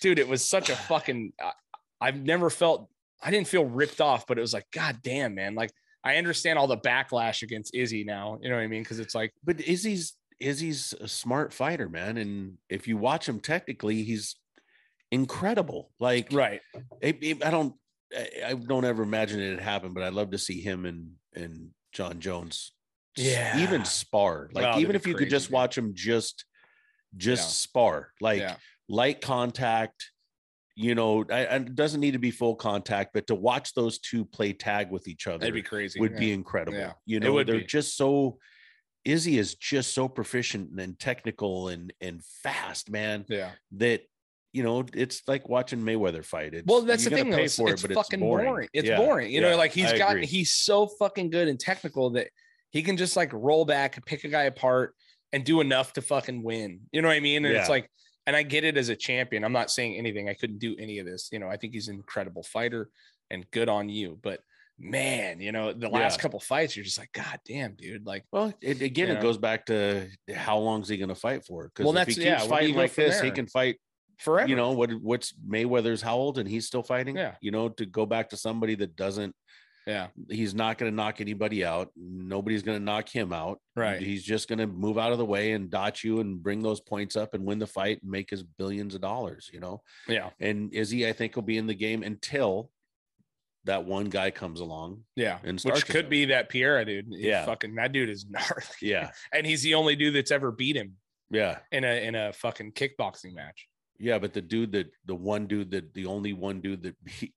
B: dude, it was such a fucking. I, I've never felt. I didn't feel ripped off, but it was like, god damn, man. Like I understand all the backlash against Izzy now. You know what I mean? Because it's like,
A: but Izzy's Izzy's a smart fighter, man, and if you watch him technically, he's incredible. Like,
B: right,
A: I, I don't, I, I don't ever imagine it happened, but I'd love to see him and and John Jones, s-
B: Yeah.
A: even spar. Like
B: Oh, that'd
A: even
B: be
A: if you could
B: crazy,
A: just
B: dude.
A: watch him just, just
B: Yeah.
A: spar, like
B: Yeah.
A: light contact. You know, I, I- it doesn't need to be full contact, but to watch those two play tag with each other
B: that'd be crazy.
A: would
B: yeah.
A: be incredible.
B: Yeah.
A: You know,
B: would
A: they're
B: be.
A: just so. Izzy is just so proficient and technical and and fast, man.
B: yeah.
A: That you know, it's like watching Mayweather fight. It's,
B: Well, that's
A: you're
B: the
A: gonna
B: thing though.
A: pay
B: It's,
A: for it,
B: it's
A: but
B: fucking boring. It's
A: Yeah,
B: boring. You
A: yeah,
B: know, like he's
A: I
B: got
A: agree.
B: he's so fucking good and technical that he can just like roll back, pick a guy apart, and do enough to fucking win. You know what I mean? And it's
A: Yeah.
B: like, and I get it as a champion. I'm not saying anything. I couldn't do any of this. You know, I think he's an incredible fighter and good on you. But man, you know, the
A: Yeah.
B: last couple fights, you're just like, God damn, dude. Like,
A: Well, it, again,
B: You
A: it
B: know?
A: goes back to how long is he going to fight for? Because
B: Well,
A: if he
B: that's-
A: keeps
B: yeah, where do you
A: fighting
B: go
A: like
B: from
A: this, he
B: there?
A: can fight.
B: forever.
A: You know what? What's Mayweather's how old and he's still fighting?
B: Yeah.
A: You know, to go back to somebody that doesn't,
B: yeah.
A: he's not going to knock anybody out. Nobody's going to knock him out.
B: Right.
A: He's just going to move out of the way and dot you and bring those points up and win the fight and make his billions of dollars. You know.
B: Yeah.
A: And Izzy, I think, will be in the game until that one guy comes along.
B: Yeah.
A: And starches
B: Which could
A: him.
B: be that Piera dude.
A: Yeah.
B: Fucking that dude is gnarly.
A: Yeah.
B: And he's the only dude that's ever beat him
A: Yeah.
B: in a in a fucking kickboxing match.
A: Yeah, but the dude that the one dude that the only one dude that beat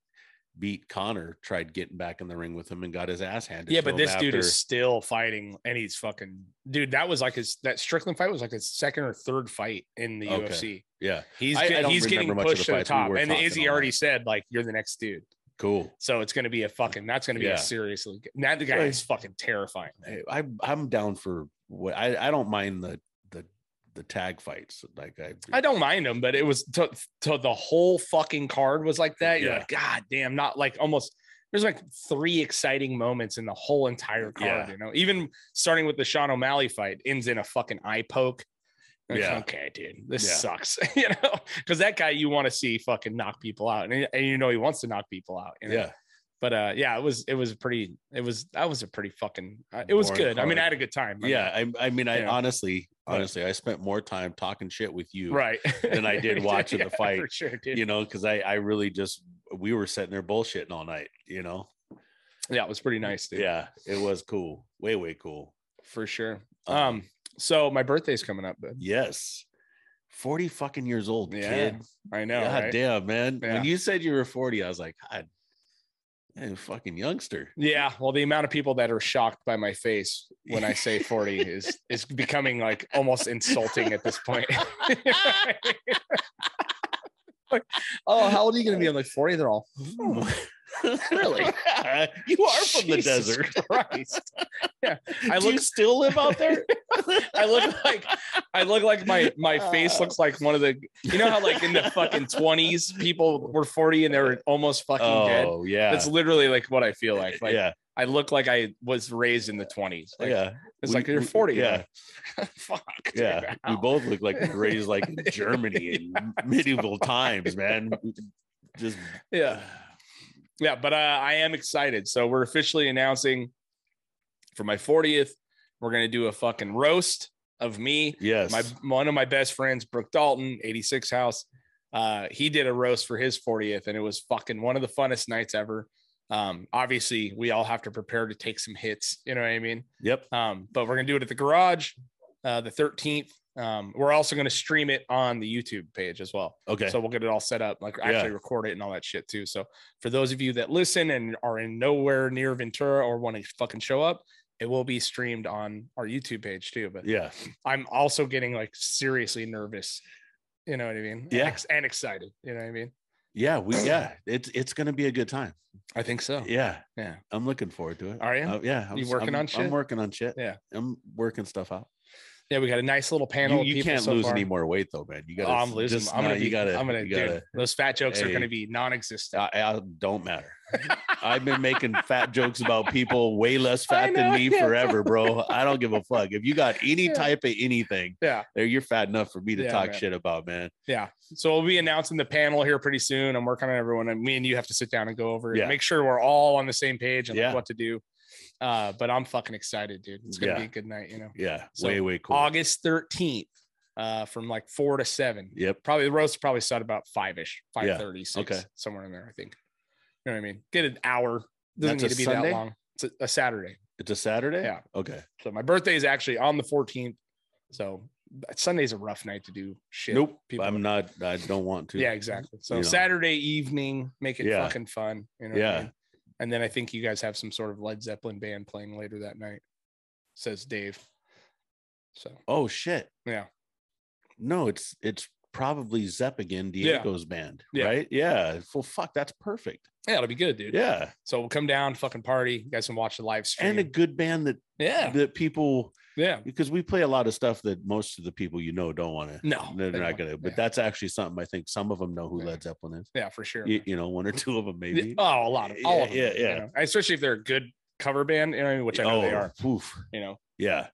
A: beat Connor tried getting back in the ring with him and got his ass handed.
B: Yeah,
A: to
B: but
A: him
B: this dude is
A: after-
B: still fighting and he's fucking dude. That was like his that Strickland fight was like his second or third fight in the
A: Okay.
B: UFC.
A: yeah,
B: He's
A: I- I
B: get-
A: don't
B: he's getting
A: remember much of the
B: pushed to the
A: fights. We
B: top.
A: were
B: and
A: talking a
B: Izzy
A: lot.
B: already said, like, you're the next dude.
A: cool.
B: So it's gonna be a fucking that's gonna be
A: Yeah.
B: a seriously that guy
A: Right.
B: is fucking terrifying.
A: Hey, I I'm down for what I I don't mind the the the tag fights like I
B: I don't mind him, but it was to, to the whole fucking card was like that. You're
A: Yeah.
B: like, God damn, not like almost there's like three exciting moments in the whole entire card,
A: Yeah.
B: you know. Even starting with the Sean O'Malley fight ends in a fucking eye poke. Like,
A: Yeah.
B: Okay, dude, this
A: Yeah.
B: sucks, you know, because that guy you want to see fucking knock people out, and, and you know he wants to knock people out. you know?
A: yeah
B: But uh, yeah, it was it was pretty. It was that was a pretty fucking. Uh, it was
A: Boring
B: good. I mean,
A: card.
B: I had a good time. I
A: yeah I I mean I
B: Yeah.
A: honestly
B: But-
A: honestly I spent more time talking shit with
B: mean,
A: you
B: right.
A: than I did watching the fight,
B: For sure, dude.
A: you know because I I really just we were sitting there bullshitting all night you know
B: yeah, it was pretty nice, dude.
A: yeah it was cool way way cool
B: for sure.
A: Um,
B: Um, so my birthday's coming up, bud.
A: Yes. 40 fucking years old,
B: Yeah,
A: kid.
B: I know.
A: God
B: right?
A: damn, man.
B: Yeah.
A: When you said you were 40, I was like, God, man, you fucking youngster.
B: Yeah, well, the amount of people that are shocked by my face when I say forty is is becoming like almost insulting at this point. like, oh, how old are you going to be? I'm like forty. They're all
A: really?
B: you
A: are from the desert.
B: Christ. Yeah, I
A: I Do
B: look
A: you still live out there?
B: I look like I look like my my face
A: Oh.
B: looks like one of the you know how like in the fucking twenties people were forty and they were almost fucking dead.
A: oh, yeah.
B: That's literally like what I feel like. Like
A: yeah.
B: I look like I was raised in the twenties. Like,
A: yeah.
B: It's
A: We-
B: like you're
A: we-
B: forty.
A: Yeah.
B: man. Fuck. dude,
A: Yeah. We
B: how?
A: both look like we were raised like in Germany in medieval times, man. Just,
B: yeah. Yeah. But uh, I am excited. So we're officially announcing for my fortieth, we're gonna do a fucking roast of me.
A: yes.
B: my one of my best friends, Brooke Dalton, 86 House. Uh, he did a roast for his 40th, and it was fucking one of the funnest nights ever. Um, obviously, we all have to prepare to take some hits. You know what I mean?
A: yep.
B: Um, but we're gonna do it at the garage, uh, the 13th. Um, we're also gonna stream it on the YouTube page as well.
A: Okay.
B: So we'll get it all set up, like
A: Yeah.
B: actually record it and all that shit too. So for those of you that listen and are in nowhere near Ventura or want to fucking show up, it will be streamed on our YouTube page too. But
A: yeah.
B: I'm also getting like seriously nervous. You know what I mean?
A: Yeah.
B: And, ex- and excited. You know what I mean?
A: Yeah. We, yeah. It's, it's going to be a good time.
B: I think so. Oh. Yeah.
A: Yeah. I'm looking forward to it.
B: Are you?
A: Uh, yeah.
B: You
A: s- I'm-
B: working on
A: I'm
B: shit?
A: working on shit.
B: Yeah.
A: I'm working stuff out.
B: Yeah. We got a nice little panel.
A: You,
B: of
A: you
B: people
A: can't
B: so
A: lose
B: far.
A: any more weight though, man. You gotta.
B: oh, I'm losing.
A: just-
B: I'm
A: no,
B: gonna be.
A: you gotta.
B: I'm gonna.
A: you
B: dude, those fat jokes are
A: Hey. Uh,
B: gonna be non-existent.
A: I, I don't matter. I've been making fat jokes about people way less fat than
B: know,
A: me
B: yeah.
A: forever, bro. I don't give a fuck. If you got any
B: Yeah.
A: type of anything,
B: yeah.
A: there you're fat enough for me to
B: Yeah,
A: talk
B: man.
A: shit about, man.
B: Yeah. So we'll be announcing the panel here pretty soon. I'm working on everyone. And me and you have to sit down and go over. it.
A: Yeah.
B: Make sure we're all on the same page and like,
A: Yeah.
B: what to do. Uh, but I'm fucking excited, dude. It's gonna
A: Yeah.
B: be a good night. You know,
A: Yeah.
B: So,
A: way, way cool.
B: August 13th, uh, from like four to seven.
A: Yep.
B: probably the roast probably started about five ish,
A: Yeah.
B: five thirty, six,
A: Okay.
B: somewhere in there. I think. You know what I mean? Get an hour. Doesn't
A: That's
B: need
A: a
B: to be
A: Sunday?
B: that long. It's a, a Saturday.
A: It's a Saturday.
B: Yeah.
A: Okay.
B: So my birthday is actually on the 14th. So but Sunday's a rough night to do shit.
A: Nope.
B: People.
A: I'm not. I don't want to.
B: yeah, exactly. So
A: You know.
B: Saturday evening, make it
A: Yeah.
B: fucking fun. You know. what I
A: Yeah.
B: mean? And then I think you guys have some sort of Led Zeppelin band playing later that night, says Dave. So
A: Oh shit.
B: Yeah.
A: No, it's it's probably Zepp again, Diego's band,
B: Yeah.
A: right? Yeah. Well, fuck, that's perfect.
B: Yeah, it'll be good, dude.
A: Yeah,
B: So we'll come down, fucking party. You guys can watch the live stream.
A: and a good band that
B: yeah,
A: that people
B: yeah.
A: because we play a lot of stuff that most of the people you know don't want to.
B: No,
A: they're
B: they
A: not
B: don't.
A: gonna. But
B: yeah.
A: that's actually something I think some of them know who
B: Yeah.
A: Led Zeppelin is.
B: yeah, for sure.
A: You,
B: man.
A: you know, one or two of them maybe.
B: Oh, a lot of
A: Yeah,
B: all of them,
A: yeah,
B: you
A: yeah.
B: know, especially if they're a good cover band, you know, what I mean? which I know they
A: Oh,
B: are.
A: oof.
B: You know,
A: Yeah,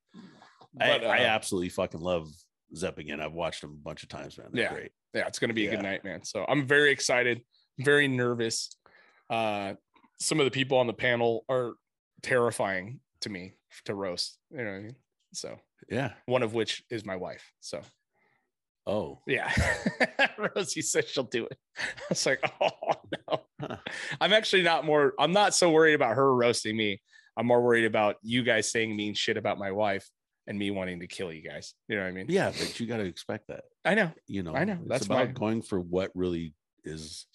B: But,
A: I, I
B: uh,
A: absolutely fucking love Zepp again. I've watched them a bunch of times, man. They're
B: Yeah.
A: great.
B: yeah, it's gonna be a
A: Yeah.
B: good night, man. So I'm very excited, very nervous. Uh, some of the people on the panel are terrifying to me to roast. You know what I mean? So
A: Yeah.
B: one of which is my wife. So
A: Oh,
B: Yeah. Rosie said she'll do it. I was like, oh no.
A: Huh.
B: I'm actually not more, I'm not so worried about her roasting me. I'm more worried about you guys saying mean shit about my wife and me wanting to kill you guys. You know what I mean?
A: yeah, but you got to expect that.
B: I know.
A: You know,
B: I know.
A: It's
B: That's
A: about
B: my-
A: going for what really is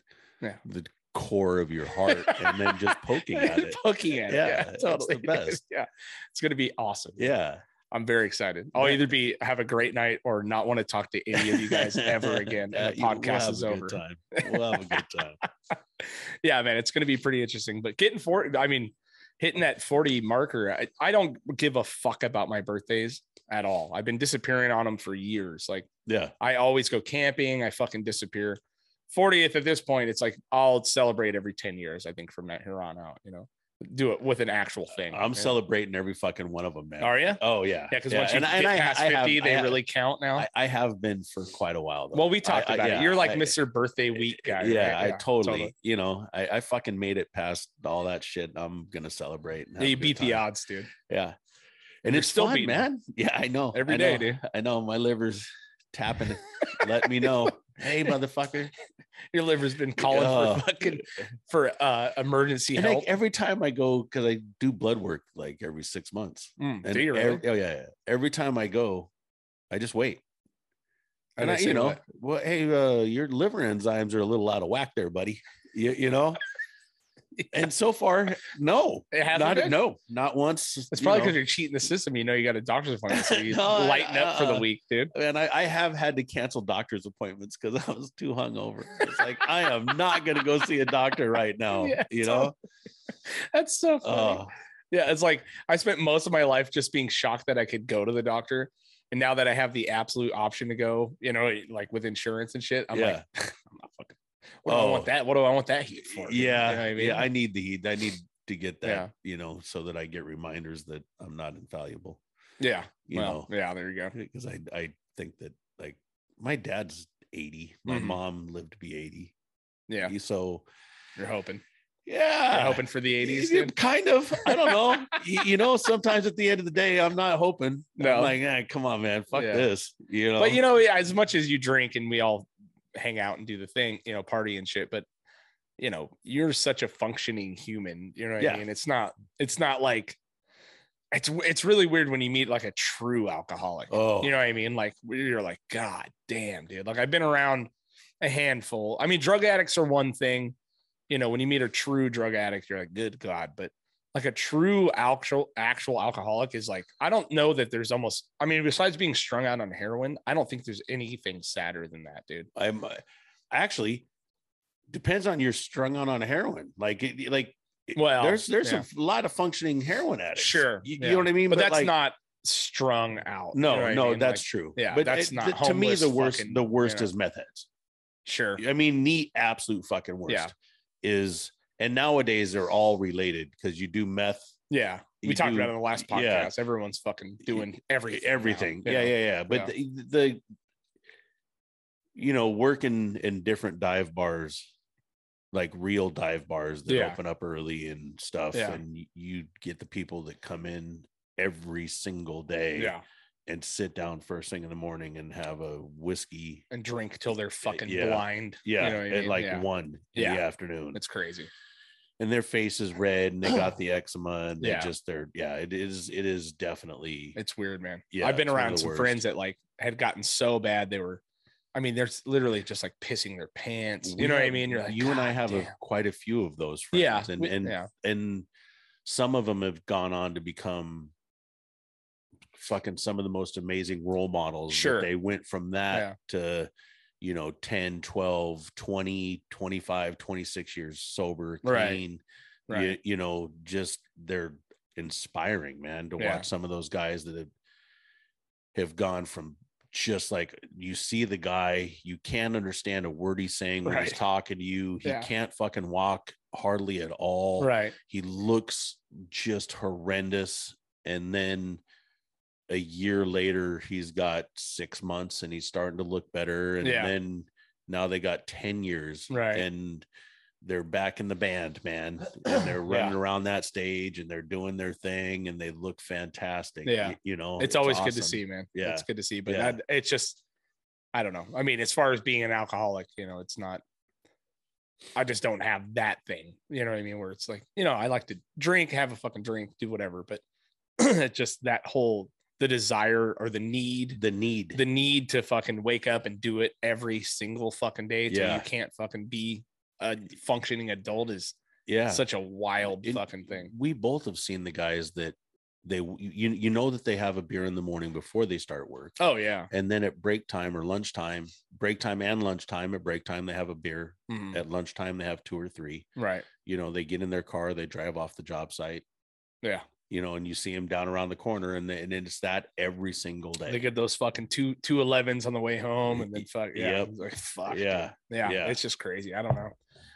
B: Yeah.
A: the core of your heart, and then just poking at it.
B: Poking at
A: Yeah,
B: it. Yeah,
A: it's the
B: totally.
A: best.
B: Yeah. It's gonna be awesome.
A: Yeah.
B: I'm very excited. I'll
A: Yeah.
B: either be have a great night or not want to talk to any of you guys ever again.
A: Yeah,
B: And the
A: you- we'll
B: podcast
A: have
B: is
A: a good
B: over.
A: Time. We'll have a good time.
B: yeah, man, it's going to be pretty interesting. But getting 40, I mean, hitting that 40 marker, I, I don't give a fuck about my birthdays at all. I've been disappearing on them for years. Like,
A: Yeah.
B: I always go camping, I fucking disappear. 40th at this point, it's like I'll celebrate every 10 years, I think, from that here on out, you know, do it with an actual thing.
A: I'm
B: you know?
A: celebrating every fucking one of them, man.
B: Are you? Yeah,
A: Oh yeah.
B: because once you
A: and,
B: get
A: I- and I,
B: past
A: I
B: 50,
A: have,
B: they
A: I have-
B: really count now.
A: I, I have been for quite a while though.
B: well, we talked
A: I- I-
B: about
A: yeah,
B: it. You're like
A: I-
B: Mr. Birthday Week guy. right?
A: yeah, I totally, you know, I, I fucking made it past all that shit. I'm gonna celebrate. and
B: Yeah,
A: have a
B: you
A: good
B: beat the
A: time.
B: odds, dude.
A: Yeah. And
B: You're
A: it's
B: still
A: still fun,
B: beating it.
A: man. Yeah, I know.
B: every
A: I
B: day,
A: know.
B: dude.
A: I know my liver's tapping. it. Let me know. Hey, motherfucker.
B: Your liver's been calling
A: Oh.
B: for fucking for uh emergency
A: And
B: help.
A: like every time I go, because I do blood work like every six months.
B: Mm,
A: And
B: do you really?
A: ev- oh yeah, yeah. Every time I go, I just wait. And
B: they
A: I,
B: say
A: you know,
B: what?
A: well, hey, uh, your liver enzymes are a little out of whack there, buddy. You, you know. And so far, no,
B: it hasn't
A: not
B: been?
A: no, not once.
B: It's
A: you
B: probably
A: know.
B: because you're cheating the system. You know, you got a doctor's appointment, so you
A: No, I-
B: lighten up for the
A: uh-uh.
B: week, dude.
A: and I, I have had to cancel doctor's appointments because I was too hungover. It's like I am not going to go see a doctor right now.
B: Yeah,
A: you know,
B: That's so funny.
A: oh,
B: yeah, it's like I spent most of my life just being shocked that I could go to the doctor, and now that I have the absolute option to go, you know, like with insurance and shit, I'm like, I'm not fucking. What do I
A: Oh.
B: want that? What do I want that heat
A: yeah,
B: for? dude? You
A: yeah,
B: know what
A: I
B: I mean?
A: need the heat. I need to get that.
B: Yeah.
A: You know, so that I get reminders that I'm not infallible.
B: yeah,
A: You
B: well,
A: know,
B: yeah. There you go.
A: because I I think that like my dad's eighty. My
B: Mhm.
A: mom lived to be eighty.
B: Yeah,
A: So
B: you're hoping. You're
A: yeah,
B: hoping for the '80s,
A: Yeah,
B: dude.
A: Kind of. I don't know. you, you know, sometimes at the end of the day, I'm not hoping.
B: No.
A: I'm like, ah, come on, man. Fuck
B: Yeah.
A: this. You know.
B: But you know, yeah, as much as you drink and we all hang out and do the thing, you know, party and shit, but you know, you're such a functioning human. You know what I
A: Yeah.
B: mean? It's not it's not like it's it's really weird when you meet like a true alcoholic.
A: oh,
B: You know what I mean? Like where you're like, God damn, dude. Like I've been around a handful. I mean, drug addicts are one thing. You know, when you meet a true drug addict, you're like, good God. But like a true actual actual alcoholic is like, I don't know that there's almost I mean, besides being strung out on heroin, I don't think there's anything sadder than that, dude.
A: I'm uh, actually depends on your strung on on heroin. Like, it, like it-
B: Well,
A: there's there's
B: yeah.
A: a lot of functioning heroin addicts.
B: Sure,
A: you, you
B: yeah.
A: know what I mean.
B: But, that's
A: like,
B: not strung out. you
A: No,
B: know what I
A: no,
B: mean? Like,
A: that's true.
B: yeah,
A: but
B: that's
A: it-
B: not
A: th- to me.
B: homeless
A: The worst,
B: fucking,
A: the
B: you
A: worst
B: know.
A: is meth heads.
B: sure.
A: I mean, the absolute fucking worst
B: Yeah.
A: is. And nowadays they're all related because you do meth
B: Yeah. We
A: You
B: talked
A: do-
B: about it in the last podcast.
A: yeah.
B: Everyone's fucking doing everything. now,
A: everything. Yeah,
B: you know?
A: yeah, yeah. But The, the you know, working in different dive bars, like real dive bars that
B: Yeah.
A: open up early and stuff,
B: Yeah.
A: and y- you get the people that come in every single day
B: Yeah.
A: and sit down first thing in the morning and have a whiskey.
B: and drink till they're fucking
A: yeah.
B: blind. You
A: Yeah,
B: know what I
A: at
B: mean?
A: like
B: Yeah.
A: one in
B: Yeah.
A: the afternoon,
B: it's crazy.
A: and their face is red, and they got the eczema, and they
B: Yeah.
A: just they're yeah, it is it is definitely
B: It's weird, man.
A: Yeah,
B: I've been
A: it's one of
B: around
A: the
B: some
A: worst.
B: friends that like had gotten so bad they were, I mean, they're s- literally just like pissing their pants.
A: we
B: You know what I
A: have-
B: mean? You're like
A: you and I
B: "God
A: have a,
B: damn."
A: quite a few of those friends,
B: yeah,
A: and
B: we-
A: and
B: yeah,
A: and some of them have gone on to become fucking some of the most amazing role models. that
B: Sure.
A: they went from that to you know 10 12 20 25 26 years sober
B: Right.
A: clean
B: Right.
A: you, you know just they're inspiring man to
B: Yeah.
A: watch some of those guys that have, have gone from just like you see the guy you can't understand a word he's saying when he's
B: Right.
A: talking to you he
B: Yeah.
A: can't fucking walk hardly at all
B: Right.
A: he looks just horrendous and then a year later he's got six months and he's starting to look better and
B: Yeah.
A: then now they got 10 years
B: Right.
A: and they're back in the band man and they're running around that stage and they're doing their thing and they look fantastic
B: Yeah.
A: y- you know
B: it's always good to
A: Oh, awesome.
B: see, man.
A: Yeah.
B: It's good to see. But
A: Yeah.
B: that, it's just, I don't know. I mean, as far as being an alcoholic, you know, it's not, I just don't have that thing. You know what I mean? Where it's like, you know, I like to drink, have a fucking drink, do whatever. But it's just that whole, the desire or the need,
A: the need
B: the need to fucking wake up and do it every single fucking day. till
A: Yeah.
B: You can't fucking be a functioning adult is
A: yeah
B: such a wild
A: And
B: fucking thing.
A: we both have seen the guys that they you, you know that they have a beer in the morning before they start work
B: Oh, yeah.
A: and then at break time or lunchtime, break time and lunchtime, at break time they have a beer.
B: Mhm.
A: At lunchtime they have two or three.
B: Right.
A: You know, they get in their car, they drive off the job site.
B: Yeah.
A: You know, and you see them down around the corner, and then and it's that every single day.
B: They get those fucking two two elevens on the way home, and then fuck yeah,
A: Yep.
B: it's like, fuck dude.
A: Yeah.
B: yeah,
A: Yeah.
B: It's just crazy. I don't know.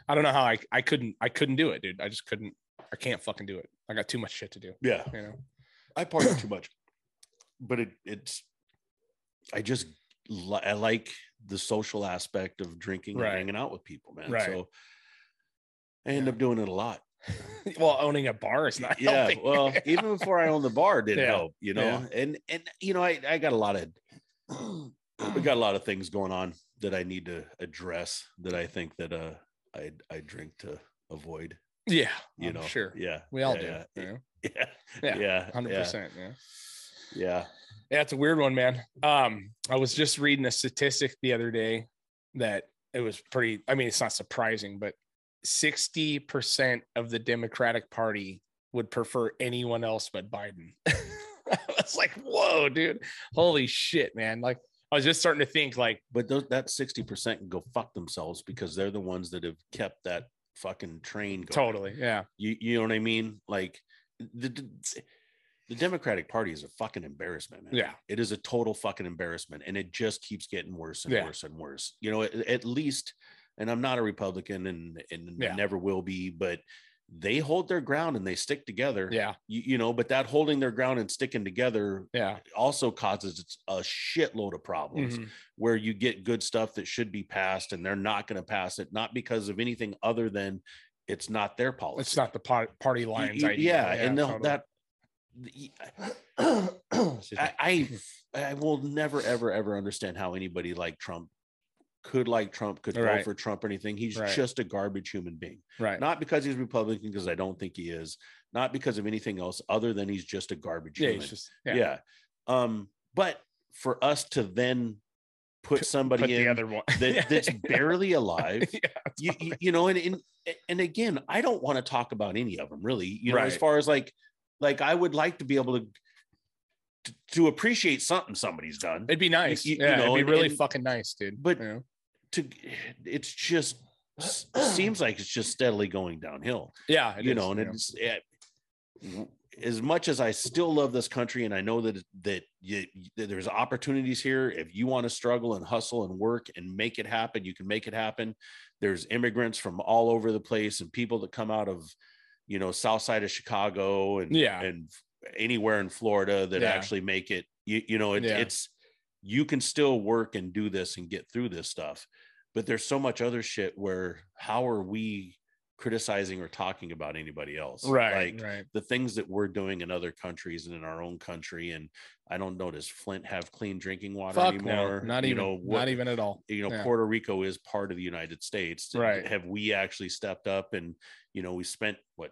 B: I don't know how I I couldn't I couldn't do it, dude. I just couldn't. I can't fucking do it. I got too much shit to do.
A: yeah,
B: You know.
A: I party too much, but it it's I just li- I like the social aspect of drinking
B: Right.
A: and hanging out with people, man.
B: Right.
A: So I end
B: Yeah.
A: up doing it a lot.
B: well, owning a bar is not.
A: yeah
B: helping.
A: well even before i owned the bar did
B: Yeah.
A: help you know
B: Yeah.
A: and and you know I, I got a lot of we got a lot of things going on that i need to address that i think that uh i i drink to avoid
B: yeah.
A: you
B: I'm
A: know
B: Sure.
A: yeah
B: We all
A: yeah, yeah,
B: do. you know?
A: yeah
B: Yeah,
A: yeah yeah
B: Hundred percent. Yeah.
A: yeah
B: Yeah, it's a weird one, man. Um, I was just reading a statistic the other day that it was pretty. I mean, it's not surprising, but sixty percent of the Democratic Party would prefer anyone else but Biden. I was like, "Whoa, dude! Holy shit, man!" Like, I was just starting to think, like,
A: but those, that 60% can go fuck themselves because they're the ones that have kept that fucking train going
B: totally, yeah,
A: you, you know what i mean like the, the the democratic party is a fucking embarrassment man.
B: yeah,
A: it is a total fucking embarrassment and it just keeps getting worse and
B: Yeah.
A: worse and worse you know at, at least and i'm not a republican and and
B: Yeah.
A: never will be but they hold their ground and they stick together
B: yeah,
A: you, you know but that holding their ground and sticking together
B: yeah.
A: also causes a shitload of problems
B: Mhm.
A: where you get good stuff that should be passed and they're not going to pass it not because of anything other than it's not their policy
B: It's not the par- party
A: Y-
B: lines,
A: y-
B: idea.
A: yeah, and the,
B: E. totally.
A: that I, I I will never ever ever understand how anybody like Trump could like Trump could
B: Right.
A: vote for Trump or anything. He's
B: Right.
A: just a garbage human being.
B: right,
A: Not because he's Republican, because I don't think he is. Not because of anything else other than he's just a garbage
B: yeah,
A: human.
B: it's just
A: yeah.
B: yeah.
A: Um. But for us to then put somebody
B: Put the
A: in
B: other one
A: that, that's barely alive,
B: Yeah,
A: you, you- you know, and, and and again, I don't want to talk about any of them really. You know, as
B: Right.
A: far as like, like I would like to be able to to, to appreciate something somebody's done.
B: It'd be nice.
A: you- you
B: yeah,
A: know,
B: it'd
A: and-
B: be really
A: and-
B: fucking nice, dude.
A: but-
B: you know?
A: To it's just s- seems like it's just steadily going downhill.
B: yeah, it
A: you
B: is,
A: know, and
B: yeah.
A: it's it, eh, as much as I still love this country, and I know that that, you, that there's opportunities here. If you want to struggle and hustle and work and make it happen, you can make it happen. There's immigrants from all over the place and people that come out of, you know, South Side of Chicago and
B: Yeah.
A: and anywhere in Florida that
B: Yeah.
A: actually make it. You, you know, it,
B: Yeah.
A: it's you can still work and do this and get through this stuff. But there's so much other shit where how are we criticizing or talking about anybody else?
B: right,
A: Like
B: right.
A: the things that we're doing in other countries and in our own country. And I don't know, does Flint have clean drinking water
B: Fuck no,
A: anymore?
B: not
A: you
B: even,
A: know,
B: not even at all.
A: you know,
B: Yeah.
A: Puerto Rico is part of the United States.
B: Right.
A: Have we actually stepped up and, you know, we spent what,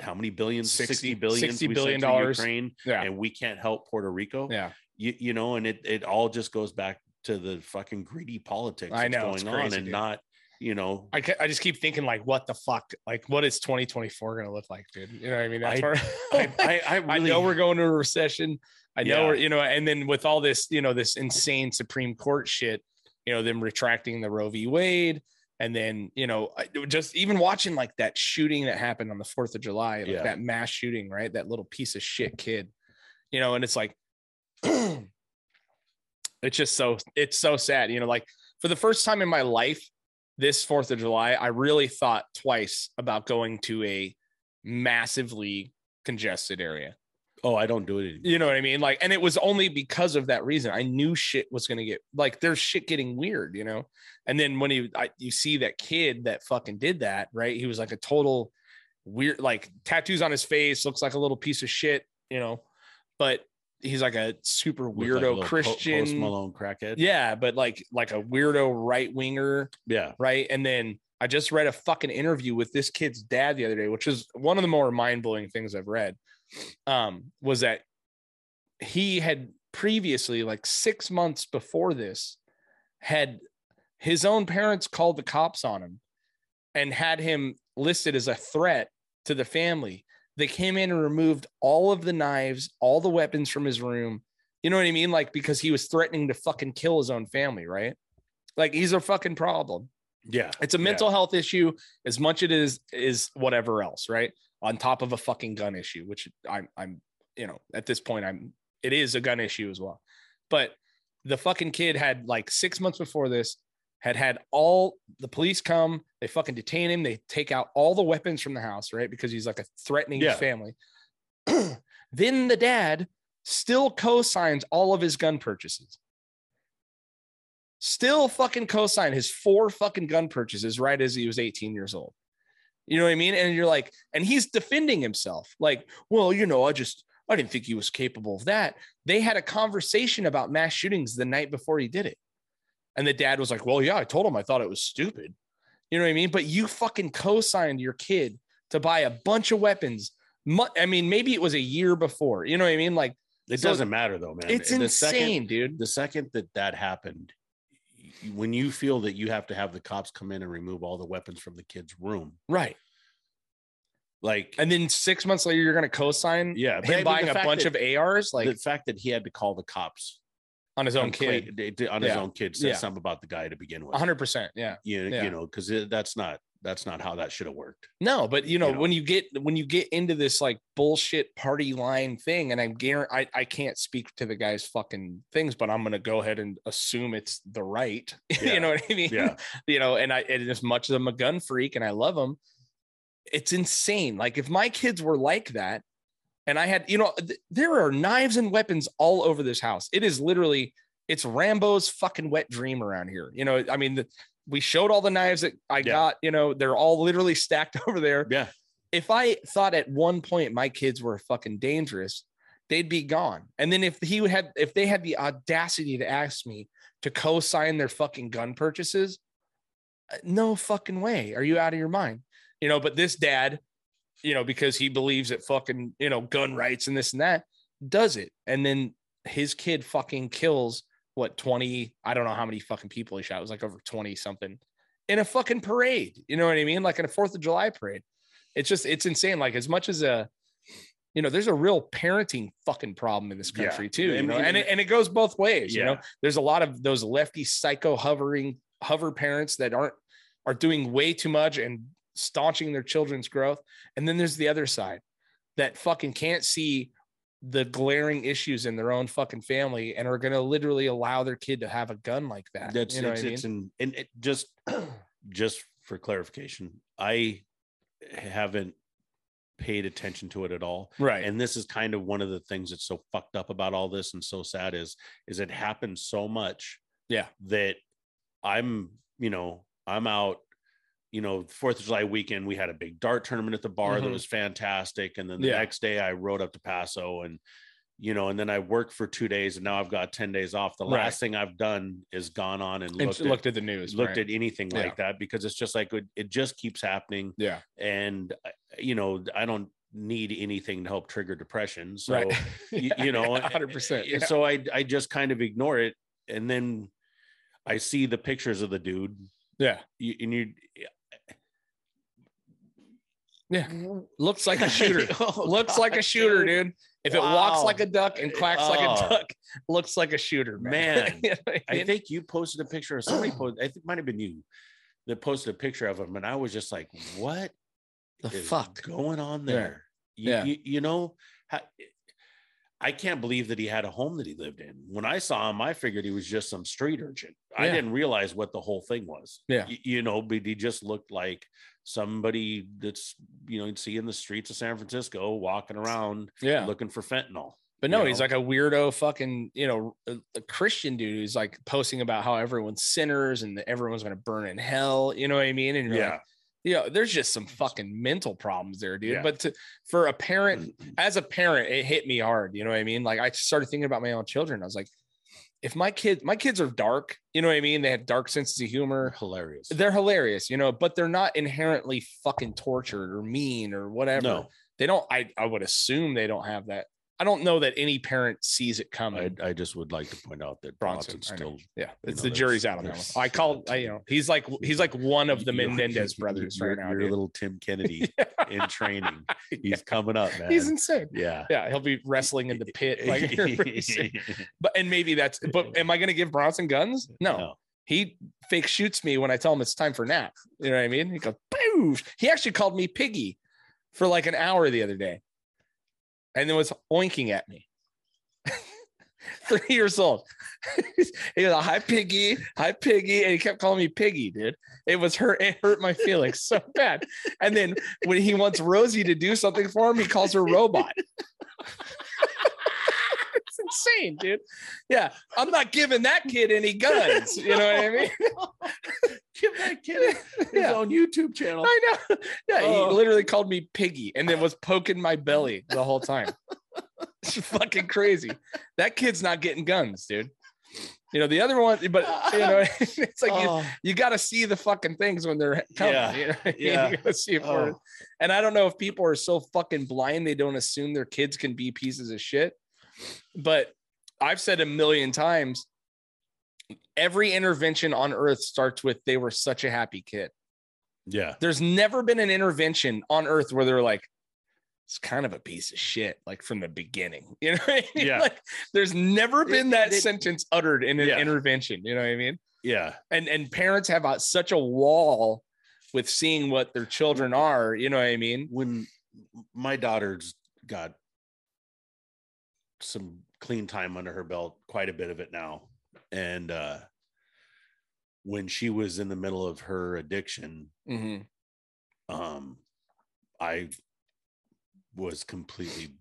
A: how many billions, 60,
B: 60
A: billions,
B: 60
A: we sent
B: billion
A: to
B: dollars.
A: Ukraine
B: Yeah,
A: and we can't help Puerto Rico.
B: yeah.
A: You, you know, and it, it all just goes back to the fucking greedy politics
B: I
A: that's
B: know,
A: going
B: it's
A: on
B: crazy,
A: and
B: dude.
A: not, you know,
B: I, ca- I just keep thinking like, what the fuck? Like, what is 2024 gonna look like, dude? You know what I mean? That's
A: I-
B: where
A: I, I, I
B: I
A: really,
B: know we're going to a recession. I know
A: Yeah.
B: we're, you know, and then with all this, you know, this insane Supreme Court shit, you know them retracting the Roe v. Wade, and then you know I- just even watching like that shooting that happened on the Fourth of July, like
A: Yeah.
B: that mass shooting, right? That little piece of shit kid, you know, and it's like it's just so it's so sad, you know. Like for the first time in my life, this Fourth of July, I really thought twice about going to a massively congested area.
A: Oh, I don't do it anymore.
B: You know what I mean? Like, and it was only because of that reason. I knew shit was gonna get like there's shit getting weird, you know. And then when you I, you see that kid that fucking did that, right? He was like a total weird, like tattoos on his face, looks like a little piece of shit, you know. But he's like a super
A: Look like a
B: weirdo
A: little Po- Post
B: Christian.
A: Malone crackhead.
B: yeah, but like like a weirdo right winger
A: yeah.
B: right? And then I just read a fucking interview with this kid's dad the other day, which is one of the more mind blowing things I've read. Um, was that he had previously, like six months before this, had his own parents called the cops on him and had him listed as a threat to the family. They came in and removed all of the knives, all the weapons from his room. You know what I mean? Like, because he was threatening to fucking kill his own family, right? Like, he's a fucking problem.
A: Yeah.
B: It's a
A: Yeah.
B: mental health issue as much it is is whatever else, right? On top of a fucking gun issue, which I'm I'm you know, at this point I'm it is a gun issue as well. But the fucking kid had like 6 months before this had had all the police come, they fucking detain him, they take out all the weapons from the house, right? Because he's like a threatening
A: Yeah.
B: family. then the dad still co-signs all of his gun purchases still fucking co-signed his four fucking gun purchases right as he was 18 years old. You know what I mean? And you're like, and he's defending himself. Like, well, you know, I just I didn't think he was capable of that. They had a conversation about mass shootings the night before he did it. And the dad was like, Well, yeah, I told him I thought it was stupid. You know what I mean? But you fucking co-signed your kid to buy a bunch of weapons. Mu- I mean, maybe it was a year before. You know what I mean? Like,
A: It
B: So-
A: doesn't matter though, man.
B: it's
A: The second-
B: insane, dude.
A: the second that that happened y- when you feel that you have to have the cops come in and remove all the weapons from the kid's room
B: Right.
A: like
B: And then six months later, you're going to co-sign
A: yeah but I
B: him
A: mean,
B: buying
A: the
B: a
A: fact
B: bunch
A: that-
B: of ARs like
A: the fact that he had to call the cops
B: on his own
A: on
B: kid,
A: Clay- d- d- on his
B: Yeah.
A: own kid says
B: Yeah.
A: something about the guy to begin with
B: 100. percent Yeah,
A: you,
B: Yeah.
A: you know because that's not that's not how that should have worked
B: no, but you know,
A: You know.
B: when you get when you get into this like bullshit party line thing, and I'm guarant I, I can't speak to the guy's fucking things, but I'm gonna go ahead and assume it's the right.
A: Yeah.
B: you know what I mean?
A: Yeah.
B: you know, and I and as much as I'm a gun freak and I love them, it's insane. Like if my kids were like that, and I had, you know, th- there are knives and weapons all over this house. It is literally it's Rambo's fucking wet dream around here. You know, I mean, the, we showed all the knives that I
A: Yeah.
B: got. You know, they're all literally stacked over there.
A: yeah
B: If I thought at one point my kids were fucking dangerous, they'd be gone. And then if he had, if they had the audacity to ask me to co-sign their fucking gun purchases, uh, no fucking way. Are you out of your mind? You know, but this dad, you know, because he believes that fucking, you know, gun rights and this and that, does it. And then his kid fucking kills what 20, I don't know how many fucking people he shot. It was like over 20 something in a fucking parade. You know what I mean? Like in a 4th of July parade. It's just it's insane like as much as a you know, there's a real parenting fucking problem in this
A: Yeah.
B: country too, you
A: And-
B: know?
A: and-
B: and it, and it goes both ways, you know
A: yeah
B: there's a lot of those lefty psycho hovering hover parents that aren't are doing way too much and staunching their children's growth and then there's the other side that fucking can't see the glaring issues in their own fucking family and are going to literally allow their kid to have a gun like that
A: that's
B: you know
A: it's,
B: what I mean?
A: it's in, and it just just for clarification i haven't paid attention to it at all
B: right
A: and this is kind of one of the things that's so fucked up about all this and so sad is is it happens so much
B: Yeah.
A: that i'm you know i'm out you know fourth of july weekend we had a big dart tournament at the bar that
B: Mhm.
A: was fantastic and then the
B: Yeah.
A: next day i rode up to paso and you know and then i worked for two days and now i've got 10 days off the
B: Right.
A: last thing i've done is gone on and
B: and
A: looked,
B: looked,
A: at,
B: at the news
A: looked
B: right?
A: at anything
B: Yeah.
A: like that because it's just like it, it just keeps happening
B: yeah
A: and uh, you know i don't need anything to help trigger depression so
B: right
A: you, you know
B: 100%
A: and so i i just kind of ignore it and then i see the pictures of the dude
B: yeah
A: you, and you
B: yeah looks like a shooter
A: Oh,
B: looks like a
A: God,
B: shooter
A: dude.
B: dude If it walks
A: Wow.
B: like a duck and quacks like a
A: Oh.
B: duck, looks like a shooter, man.
A: Man,
B: You know what I
A: I
B: mean?
A: think you posted a picture or somebody posted, I think it might have been you that posted a picture of him. And I was just like, what
B: the
A: is
B: fuck.
A: going on
B: Yeah.
A: there? You-
B: Yeah.
A: You, you, know, ha- I can't believe that he had a home that he lived in. When I saw him, I figured he was just some street urchin. I
B: Yeah.
A: didn't realize what the whole thing was.
B: Yeah.
A: Y- You know, but he just looked like somebody that's, you know, you'd see in the streets of San Francisco walking around
B: Yeah.
A: looking for fentanyl.
B: But no,
A: you
B: he's
A: know?
B: like a weirdo fucking, you know, a, a Christian dude who's like posting about how everyone's sinners and that everyone's going to burn in hell. You know what I mean? And you're like, you know, there's just some fucking mental problems there, dude.
A: Yeah.
B: But to, for a parent, as a parent, it hit me hard. You know what I mean? Like I started thinking about my own children. I was like, if my kids, my kids are dark, you know what I mean? They have dark senses of humor.
A: hilarious.
B: They're hilarious, you know, but they're not inherently fucking tortured or mean or whatever
A: No,
B: they don't I, I would assume they don't have that i don't know that any parent sees it coming
A: I, I just would like to point out that
B: Bronson,
A: Bronson
B: I know.
A: still
B: yeah it's
A: know,
B: the
A: there's-
B: jury's out on that one
A: there's-
B: i called I, you know he's like he's like one of the
A: You- you-
B: menendez
A: you-
B: brothers
A: you're,
B: right now
A: You're
B: dude.
A: little Tim Kennedy in training. He's coming up, man.
B: he's insane
A: yeah.
B: yeah he'll be wrestling in the pit like pretty soon. but and maybe that's but am i going to give bronson guns no, he fake shoots me when i tell him it's time for nap you know what i mean he goes Boosh. he actually called me piggy for like an hour the other day and then was oinking at me three years old. he goes, "Hi, Piggy, hi, Piggy," and he kept calling me Piggy, dude. It was hurt. It hurt my feelings so bad. And then when he wants Rosie to do something for him, he calls her robot. it's insane, dude. Yeah, I'm not giving that kid any guns. You know what I mean?
A: Give that kid his
B: Yeah.
A: own YouTube channel.
B: I know. Yeah,
A: Oh.
B: he literally called me piggy and then was poking my belly the whole time. it's fucking crazy. That kid's not getting guns, dude. You know, the other one, but you know, it's like you,
A: Oh,
B: you gotta see the fucking things when they're coming.
A: Yeah.
B: You know what I mean?
A: Yeah.
B: You gotta see it for it.
A: oh.
B: And I don't know if people are so fucking blind they don't assume their kids can be pieces of shit. But I've said a million times every intervention on earth starts with they were such a happy kid
A: Yeah.
B: there's never been an intervention on earth where they're like it's kind of a piece of shit like from the beginning you know what I mean?
A: Yeah.
B: like there's never been that
A: it-
B: sentence uttered in an
A: Yeah.
B: intervention you know what i mean
A: Yeah.
B: and and parents have a, such a wall with seeing what their children are you know what i mean
A: When my daughter's got some clean time under her belt, quite a bit of it now. And uh when she was in the middle of her addiction,
B: mm-hmm.
A: um I was completely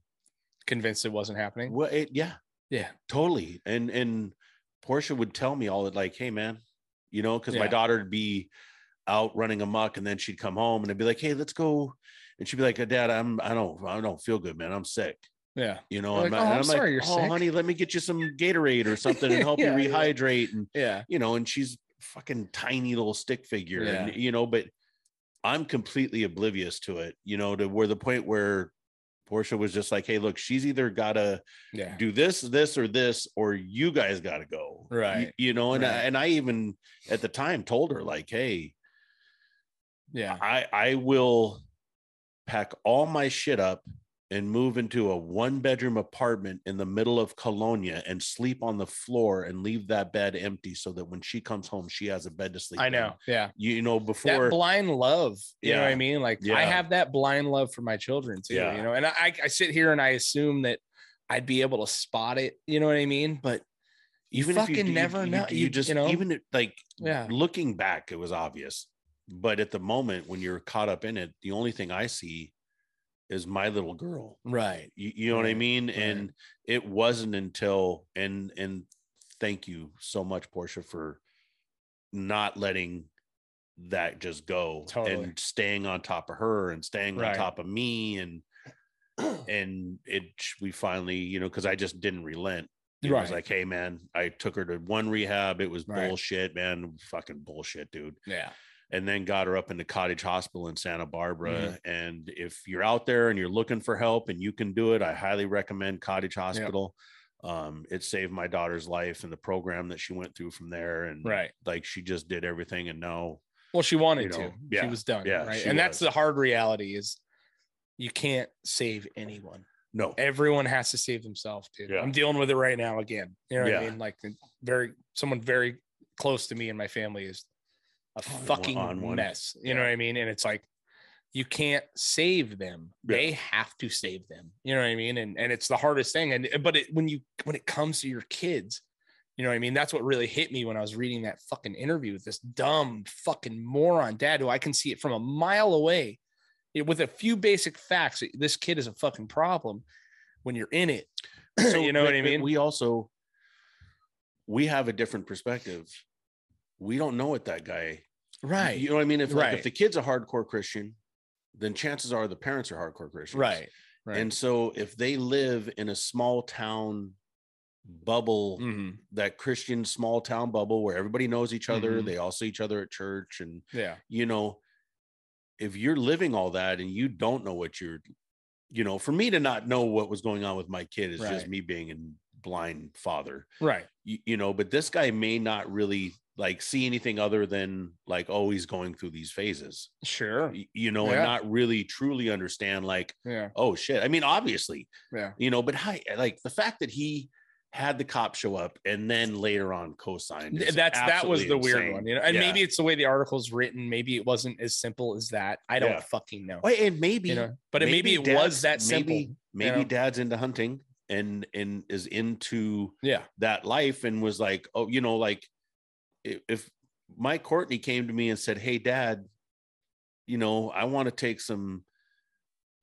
B: convinced it wasn't happening
A: well, it, yeah,
B: yeah
A: totally and and portia would tell me all that like hey man you know because my
B: Yeah.
A: daughter would be out running amok and then she'd come home and i'd be like hey let's go and she'd be like dad i'm i don't i don't feel good man i'm sick
B: yeah
A: you know
B: You're like,
A: not-
B: "Oh,
A: and
B: I'm sorry you're
A: oh
B: sick."
A: honey let me get you some gatorade or something and help
B: Yeah,
A: you
B: yeah.
A: rehydrate and
B: yeah
A: you know and she's fucking tiny little stick figure and
B: Yeah.
A: you know but i'm completely oblivious to it you know to where the point where portia was just like hey look she's either gotta
B: yeah
A: do this, this, or this, or you guys got to go. Y-
B: Right.
A: You, know, and I,
B: Right.
A: and I even at the time told her like, hey,
B: yeah
A: I I will pack all my shit up and move into a one bedroom apartment in the middle of Colonia and sleep on the floor and leave that bed empty so that when she comes home she has a bed to sleep.
B: i
A: in."
B: know yeah
A: You know
B: that
A: before
B: blind love. You know what I
A: Yeah.
B: mean? Like I
A: Yeah.
B: have that blind love for my children too.
A: Yeah.
B: You know, and I, I sit here and I assume that I'd be able to spot it. You know what I mean? But you
A: even if
B: fucking
A: you, do- you-
B: never
A: you-
B: know.
A: You, just
B: know,
A: even if, like
B: yeah,
A: looking back, it was obvious. But at the moment, when you're caught up in it, the only thing I see is my little girl.
B: right.
A: You, you know what I
B: Right,
A: mean?
B: right.
A: And it wasn't until and and thank you so much, Portia, for not letting that just go
B: Totally.
A: and staying on top of her and staying
B: Right.
A: on top of me and and it we finally you know because i just didn't relent it was
B: Right.
A: like hey man i took her to one rehab it was
B: Right.
A: bullshit man fucking bullshit dude
B: yeah.
A: and then got her up into cottage hospital in santa barbara
B: Mm-hmm.
A: and if you're out there and you're looking for help and you can do it i highly recommend cottage hospital um, it saved my daughter's life and the program that she went through from there and
B: Right.
A: like she just did everything and now
B: Well, she wanted
A: You know,
B: to. She
A: yeah,
B: was done.
A: yeah,
B: right.
A: she
B: And that's
A: was.
B: the hard reality is you can't save anyone.
A: No.
B: Everyone has to save themselves, dude.
A: Yeah.
B: I'm dealing with it right now again. You know what I
A: Yeah.
B: mean? Like very someone very close to me and my family is a
A: On one-
B: fucking
A: on one.
B: mess. You know what I mean? And it's like you can't save them.
A: Yeah.
B: They have to save them. You know what I mean? And and it's the hardest thing. And but it, when you when it comes to your kids, you know what I mean? That's what really hit me when I was reading that fucking interview with this dumb fucking moron dad who I can see it from a mile away it- with a few basic facts. This kid is a fucking problem when you're in it. So, you know
A: but-
B: what I
A: but
B: mean?
A: We also we have a different perspective. We don't know what that guy.
B: right.
A: You know what I mean? If like
B: Right.
A: if the kid's a hardcore Christian, then chances are the parents are hardcore Christians.
B: right. Right.
A: And so if they live in a small town bubble,
B: Mhm.
A: that Christian small town bubble where everybody knows each other,
B: Mhm.
A: they all see each other at church and
B: Yeah.
A: you know if you're living all that and you don't know what you're you know for me to not know what was going on with my kid is just
B: Right.
A: me being a blind father
B: Right.
A: you, you know but this guy may not really like see anything other than like oh he's going through these phases
B: Sure.
A: y- you know and
B: Yeah.
A: not really truly understand like
B: Yeah.
A: oh shit i mean obviously
B: Yeah.
A: you know but hi like the fact that he had the cop show up and then later on co-signed
B: Th-
A: is
B: that's that was the
A: absolutely
B: weird
A: insane.
B: one, you know. And
A: Yeah.
B: maybe it's the way the article's written. Maybe it wasn't as simple as that. I don't
A: Yeah.
B: fucking know.
A: Well, Oh, and maybe
B: you know, but it, maybe, it was that
A: dad's-
B: simple.
A: Maybe, maybe
B: know?
A: dad's into hunting and and is into
B: yeah.
A: that life and was like, oh, you know, like i- if Mike Courtney came to me and said, "Hey, Dad, you know, I want to take some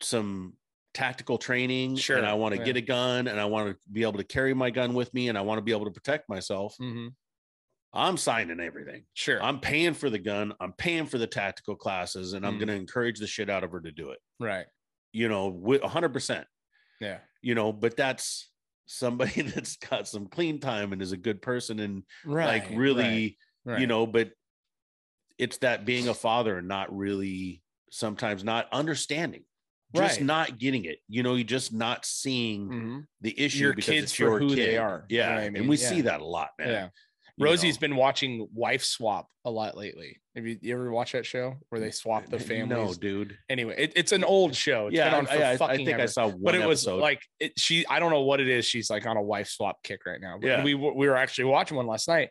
A: some tactical training,
B: Sure,
A: and I want to
B: yeah.
A: get a gun, and I want to be able to carry my gun with me, and I want to be able to protect myself."
B: hmm
A: I'm signing everything.
B: Sure.
A: I'm paying for the gun. I'm paying for the tactical classes, and I'm
B: Mm.
A: going to encourage the shit out of her to do it.
B: right.
A: You know, with 100 percent
B: Yeah.
A: you know, but that's somebody that's got some clean time and is a good person and
B: Right.
A: like really,
B: right,
A: you know, but it's that being a father and not really sometimes not understanding, just
B: Right.
A: not getting it. You know, you're just not seeing
B: Mhm.
A: the issue
B: Your
A: because
B: kids
A: it's
B: for
A: your
B: who they
A: kid.
B: are, you know
A: Yeah,
B: what I mean?
A: and we
B: Yeah.
A: see that a lot, man.
B: Yeah.
A: you
B: Rosie's
A: know.
B: been watching Wife Swap a lot lately. Have you, you ever watched that show where they swap the
A: No,
B: families?
A: dude.
B: Anyway, it, it's an old show. It's been
A: Yeah,
B: on for
A: I, I- I
B: fucking
A: think I
B: ever.
A: saw one
B: but it was
A: episode.
B: like it, she i don't know what it is she's like on a wife swap kick right now but
A: Yeah.
B: we, were- we were actually watching one last night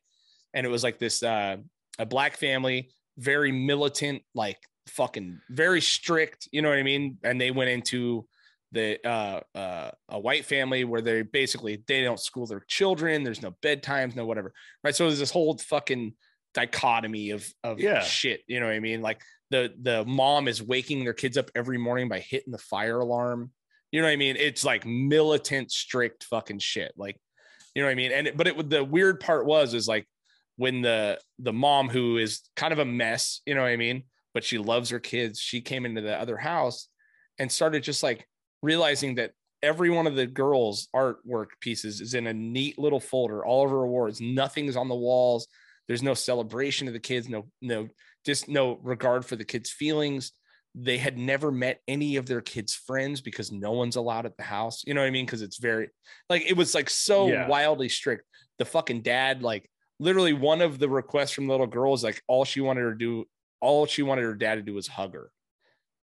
B: and it was like this uh a black family very militant like fucking very strict you know what i mean and they went into the uh, uh a white family where they basically they don't school their children there's no bedtimes no whatever right so there's this whole fucking dichotomy of of
A: Yeah.
B: shit you know what i mean like the the mom is waking their kids up every morning by hitting the fire alarm you know what i mean it's like militant strict fucking shit like you know what i mean and it- but it the weird part was is like when the the mom who is kind of a mess you know what i mean but she loves her kids she came into the other house and started just like realizing that every one of the girls artwork pieces is in a neat little folder all of her awards nothing's on the walls there's no celebration of the kids no no just no regard for the kids feelings they had never met any of their kids friends because no one's allowed at the house you know what i mean because it's very like it was like so
A: Yeah.
B: wildly strict the fucking dad like literally one of the requests from the little girl is like all she wanted her to do all she wanted her dad to do was hug her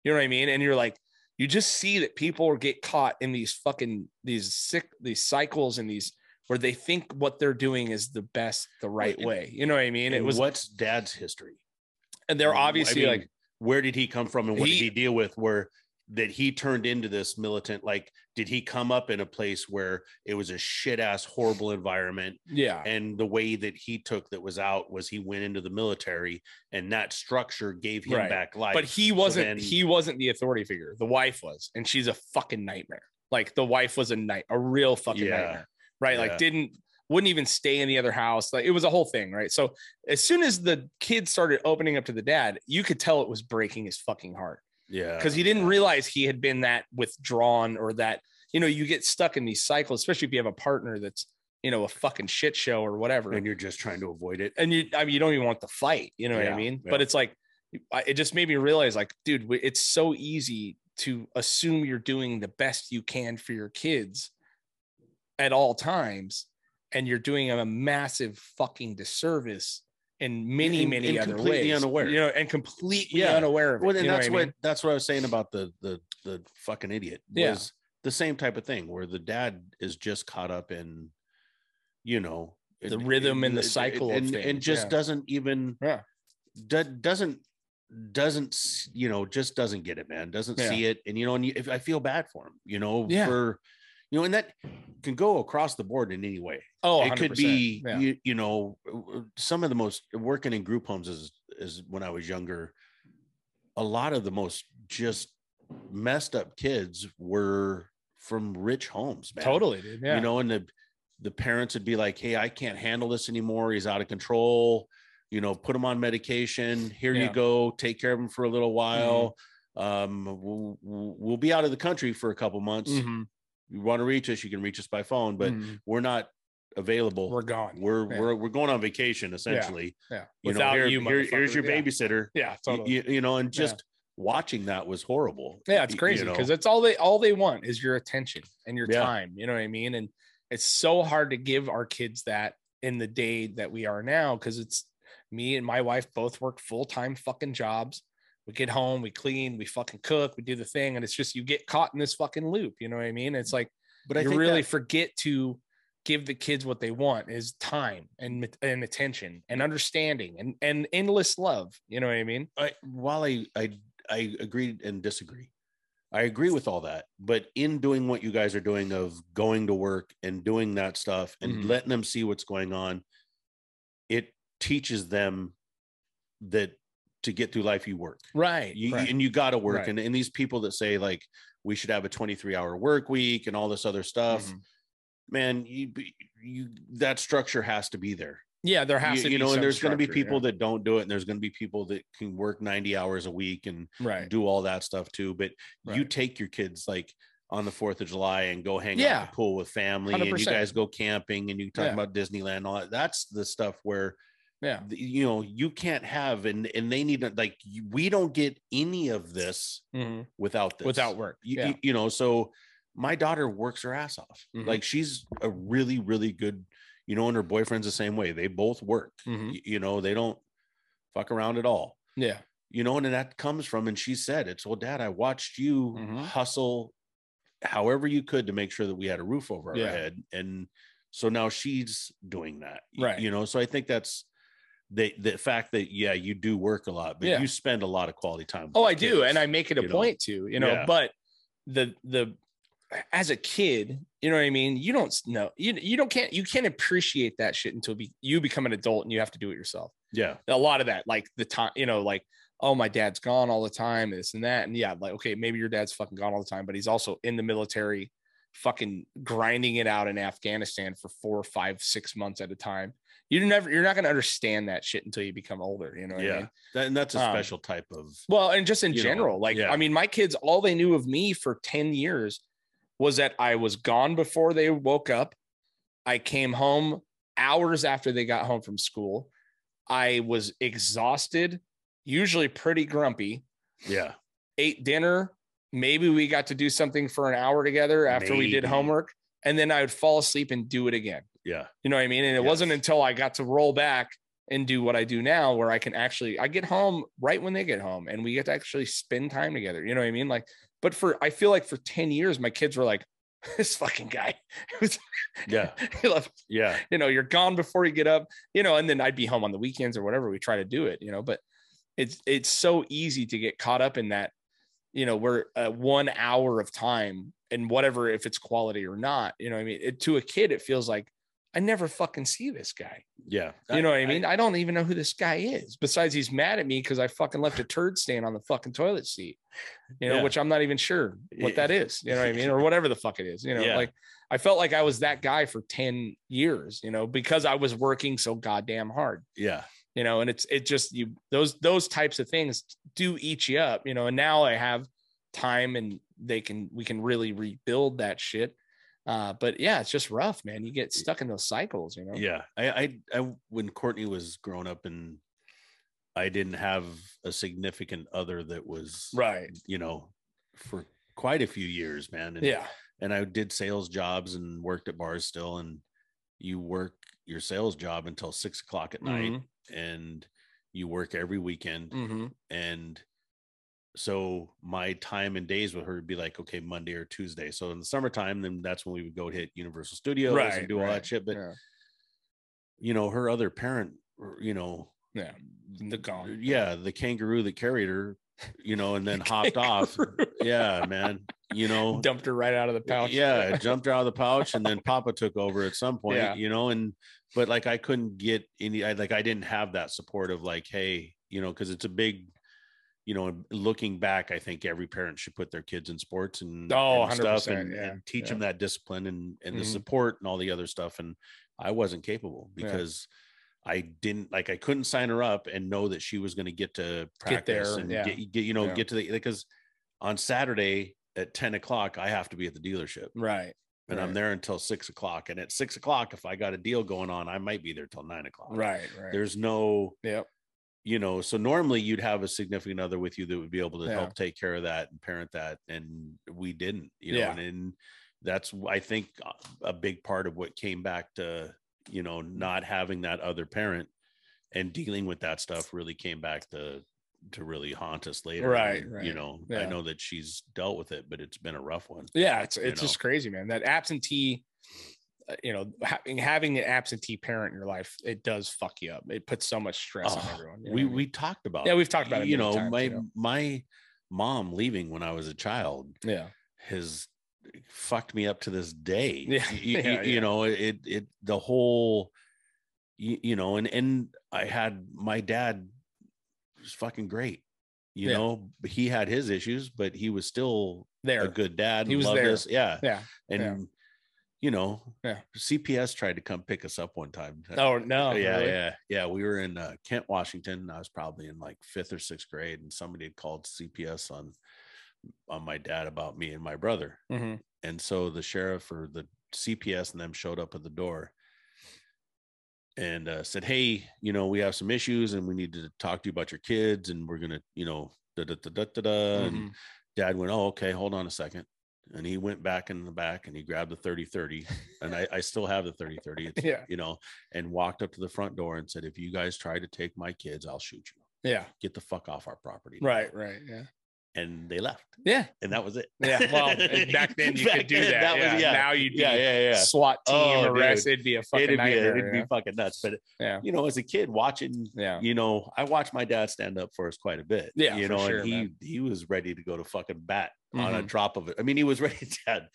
B: you know what i mean and you're like you just see that people get caught in these fucking these sick these cycles and these where they think what they're doing is the best the right
A: and-
B: way you know what i mean
A: and
B: it was
A: what's dad's history?
B: and they're
A: I mean,
B: obviously like
A: where did he come from and what
B: He-
A: did he deal with where that he turned into this militant like did he come up in a place where it was a shit ass horrible environment
B: Yeah.
A: and the way that he took that was out was he went into the military and that structure gave him
B: Right.
A: back life
B: But he wasn't
A: then-
B: he wasn't the authority figure. The wife was, and she's a fucking nightmare. Like the wife was a night a real fucking
A: Yeah.
B: nightmare. Right?
A: Yeah.
B: Like didn't wouldn't even stay in the other house. Like it was a whole thing, right? So as soon as the kid started opening up to the dad, you could tell it was breaking his fucking heart.
A: yeah
B: because he didn't realize he had been that withdrawn or that you know you get stuck in these cycles especially if you have a partner that's you know a fucking shit show or whatever
A: and you're just trying to avoid it
B: and you I mean you don't even want the fight, you know what
A: Yeah,
B: I mean?
A: yeah.
B: But it's like I- it just made me realize like dude, w- it's so easy to assume you're doing the best you can for your kids at all times and you're doing them a massive fucking disservice in many
A: And-
B: many
A: and
B: other
A: completely
B: ways
A: unaware.
B: you know and completely
A: Yeah.
B: unaware of it,
A: well and
B: you know
A: that's
B: what I
A: what
B: mean?
A: that's what i was saying about the the the fucking idiot
B: Yeah.
A: was the same type of thing where the dad is just caught up in, you know,
B: The rhythm and the cycle of
A: and, and,
B: things,
A: just
B: yeah.
A: doesn't even
B: Yeah.
A: do, doesn't doesn't s- you know just doesn't get it, man. Doesn't
B: Yeah.
A: see it, and you know, and you, if I feel bad for him, you know,
B: Yeah.
A: for you know, and that can go across the board in any way
B: Oh,
A: it could
B: 100%.
A: be
B: Yeah.
A: you, you know some of the most working in group homes is is when i was younger a lot of the most just messed up kids were from rich homes man.
B: totally, dude. Yeah.
A: you know and the the parents would be like hey i can't handle this anymore he's out of control you know put him on medication here you
B: Yeah. Mm-hmm.
A: go take care of him for a little while um we'll, we'll we'll be out of the country for a couple months
B: Mhm.
A: you want to reach us you can reach us by phone but
B: Mhm.
A: we're not available
B: we're gone.
A: we're
B: Yeah.
A: we're we're going on vacation essentially.
B: yeah.
A: You know, here, here- here's your
B: motherfucker. Yeah.
A: babysitter.
B: Yeah,
A: Y-
B: totally.
A: You, you know, and
B: Yeah.
A: just watching that was horrible.
B: Yeah, it's
A: Y- you
B: crazy
A: know.
B: because that's all they all they want is your attention and your
A: Yeah.
B: time. You know what I mean? And it's so hard to give our kids that in the day that we are now because it's me and my wife both work full time fucking jobs. We get home, we clean, we fucking cook, we do the thing, and it's just you get caught in this fucking loop. You know what I mean? It's like
A: but I
B: you
A: think
B: really
A: really
B: forget to give the kids what they want is time and mat- and attention and understanding and and endless love. You know what I mean?
A: I, while I I I agree and disagree. I agree with all that, but in doing what you guys are doing of going to work and doing that stuff and
B: Mhm.
A: letting them see what's going on, it teaches them that to get through life you work.
B: Right.
A: you,
B: right.
A: and you got to work
B: Right.
A: and, and these people that say like we should have a 23 hour work week and all this other stuff
B: Mhm.
A: man you you that structure has to be there
B: Yeah, there has
A: you,
B: to
A: you
B: be
A: know
B: some
A: and there's going to be
B: structure,
A: people that don't do it and there's going to be people that can work 90 hours a week and
B: yeah. right.
A: do all that stuff too but you
B: Right.
A: take your kids like on the 4th of July and go hang out
B: Yeah.
A: at the pool with family and you
B: 100%.
A: guys go camping and you talk
B: Yeah.
A: about Disneyland and all that that's the stuff where
B: Yeah.
A: the- you know you can't have and and they need to like you- we don't get any of this
B: Mhm.
A: without this
B: Without work.
A: you,
B: yeah.
A: you, you know so my daughter works her ass off
B: Mhm.
A: like she's a really really good you know and her boyfriend's the same way they both work
B: Mhm.
A: Y- you know they don't fuck around at all
B: Yeah.
A: you know and that comes from and she said it's well dad i watched you
B: Mhm.
A: hustle however you could to make sure that we had a roof over our
B: Yeah.
A: head and so now she's doing that y-
B: Right.
A: you know so i think that's the the fact that yeah you do work a lot but
B: Yeah.
A: you spend a lot of quality time with
B: Oh,
A: your
B: I do,
A: kids.
B: and I make it a
A: you know?
B: point to, you know.
A: Yeah.
B: But the the as a kid, you know what I mean. You don't s- know you you don't can't you can't appreciate that shit until be, you become an adult and you have to do it yourself.
A: yeah
B: A lot of that, like the time, you know, like oh my dad's gone all the time, this and that, and yeah, like okay, maybe your dad's fucking gone all the time, but he's also in the military, fucking grinding it out in Afghanistan for four, five, six months at a time. You never you're not gonna understand that shit until you become older. You know what I mean?
A: yeah that, and that's a
B: Um,
A: special type of
B: Well, and just in
A: You know,
B: general, like
A: yeah.
B: I mean, my kids, all they knew of me for 10 years was that I was gone before they woke up. I came home hours after they got home from school. I was exhausted, usually pretty grumpy,
A: yeah
B: ate dinner. Maybe we got to do something for an hour together after we did
A: Maybe.
B: homework. And then I would fall asleep and do it again.
A: yeah
B: You know what I mean? And it
A: Yes.
B: wasn't until I got to roll back and do what I do now where I can actually I get home right when they get home and we get to actually spend time together. You know what I mean? Like, but for I feel like for 10 years, my kids were like, this fucking guy.
A: yeah yeah
B: you know, you're gone before you get up, you know, and then I'd be home on the weekends or whatever. We try to do it, you know, but it's it's so easy to get caught up in that, you know, we're uh, one hour of time and whatever, if it's quality or not, you know, what I mean, it, to a kid, it feels like I never fucking see this guy.
A: yeah
B: You know what I mean? I, don't even know who this guy is. Besides, he's mad at me because I fucking left a turd stain on the fucking toilet seat. You know,
A: Yeah.
B: which I'm not even sure what
A: Yeah.
B: that is. You know what I mean? Or whatever the fuck it is. You know,
A: Yeah.
B: like I felt like I was that guy for 10 years, you know, because I was working so goddamn hard.
A: yeah
B: You know, and it's it just you those those types of things do eat you up, you know. And now I have time and they can we can really rebuild that shit. Uh, but yeah, it's just rough, man. You get stuck in those cycles, you know.
A: yeah I, I i when courtney was growing up and i didn't have a significant other that was
B: Right.
A: you know for quite a few years man and,
B: Yeah.
A: and i did sales jobs and worked at bars still and you work your sales job until six
B: Mm-hmm. Mm.
A: o'clock at night and you work every weekend
B: Mhm. Mhm.
A: and so my time and days with her would be like okay Monday or Tuesday. So in the summertime, then that's when we would go hit Universal Studios and
B: Right,
A: do all
B: right,
A: that shit. But
B: yeah.
A: you know, her other parent, or, you know,
B: Yeah, the gone.
A: yeah, the kangaroo that carried her, you know, and then hopped off. Yeah, man, you know,
B: dumped her right out of the pouch.
A: yeah, jumped her out of the pouch, and then Papa took over at some point,
B: Yeah.
A: you know. And but like I couldn't get any, I, like I didn't have that support of like, hey, you know, because it's a big, you know, looking back, I think every parent should put their kids in sports and
B: Oh,
A: and stuff
B: 100%,
A: and,
B: yeah,
A: and teach
B: yeah.
A: them that discipline and and the
B: Mhm.
A: support and all the other stuff. And I wasn't capable
B: Yeah.
A: because. I didn't like I couldn't sign her up and know that she was going to get to
B: Get there,
A: practice and
B: yeah.
A: get, get you know
B: Yeah.
A: get to the because on Saturday at 10 o'clock I have to be at the dealership
B: right.
A: and I'm
B: Right.
A: there until six o'clock. And at six o'clock, if I got a deal going on, I might be there till nine o'clock.
B: Right, right.
A: There's no,
B: Yep.
A: you know, so normally you'd have a significant other with you that would be able to
B: Yeah.
A: help take care of that and parent that. And we didn't, you know,
B: Yeah.
A: and, and that's, I think, uh, a big part of what came back to, you know, not having that other parent and dealing with that stuff really came back to, to really haunt us later.
B: Right,
A: And, You
B: right.
A: know, I
B: Yeah.
A: know that she's dealt with it, but it's been a rough one.
B: Yeah, it's
A: you
B: it's just crazy, man. That absentee, uh, you know, having having an absentee parent in your life, it does fuck you up. It puts so much stress on
A: Oh,
B: everyone. you know
A: we
B: what I mean?
A: we talked about
B: yeah,
A: it.
B: we've talked about it.
A: you
B: many
A: know
B: times,
A: my
B: you know?
A: my mom leaving when i was a child
B: yeah,
A: has fucked me up to this day
B: Yeah,
A: Y- y- you,
B: yeah, yeah.
A: know it it the whole you, you know and and i had my dad was fucking great you
B: Yeah.
A: know he had his issues but he was still a
B: there.
A: good dad
B: He
A: and
B: was
A: loved
B: there.
A: us. yeah
B: Yeah,
A: and you know
B: Yeah.
A: cps tried to come pick us up one time
B: Oh no.
A: yeah,
B: really?
A: yeah, yeah. We were in uh, Kent, Washington. And I was probably in like fifth or sixth grade, and somebody had called CPS on on my dad about me and my brother.
B: Mhm.
A: And so the sheriff or the CPS and them showed up at the door and uh, said, "Hey, you know, we have some issues, and we need to talk to you about your kids, and we're gonna, you know, da da da da da." da And
B: Mhm.
A: Dad went, "Oh, okay, hold on a second. And he went back in the back and he grabbed the 3030. And I, I still have the 3030. It's
B: Yeah,
A: you know, and walked up to the front door and said, If you guys try to take my kids, I'll shoot you.
B: yeah.
A: Get the fuck off our property. now."
B: Right, right. Yeah.
A: And they left.
B: Yeah.
A: And that was it.
B: Yeah. Well, and back then you
A: Back
B: could do
A: then,
B: that.
A: was-
B: yeah.
A: yeah.
B: Now you'd be
A: yeah, yeah, yeah.
B: SWAT team
A: Oh,
B: arrest.
A: dude.
B: It'd be a fucking
A: It'd, be,
B: nightmare.
A: it'd
B: yeah.
A: be fucking nuts. But,
B: Yeah.
A: you know, as a kid watching,
B: yeah.
A: you know, I watched my dad stand up for us quite a bit.
B: Yeah,
A: You
B: for
A: know,
B: sure,
A: and he,
B: man. Mm-hmm.
A: he was ready to go to fucking bat on a drop of it. I mean, he was ready to,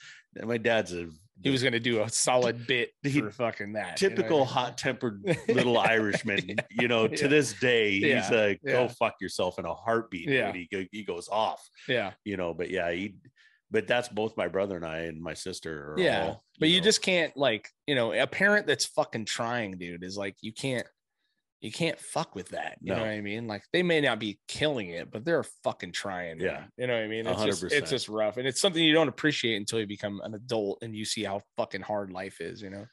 A: my dad's a
B: he was going to do a solid bit
A: He-
B: for fucking that. you know what I
A: typical
B: mean?
A: hot-tempered little Irishman.
B: Yeah.
A: You know, to
B: Yeah.
A: this day, he's
B: Yeah.
A: like, "Go
B: Yeah.
A: fuck yourself" in a heartbeat.
B: Yeah.
A: when he go- he goes off.
B: Yeah,
A: You know, but yeah, he. But that's both my brother and I and my sister. Are
B: yeah.
A: all,
B: but you
A: know,
B: just can't like you know a parent that's fucking trying, dude, is like you can't you can't fuck with that. You
A: No.
B: know what I mean? Like they may not be killing it, but they're fucking trying. man.
A: Yeah.
B: you know what I mean?
A: A
B: It's
A: hundred
B: just
A: percent.
B: it's just rough, and it's something you don't appreciate until you become an adult and you see how fucking hard life is. You know,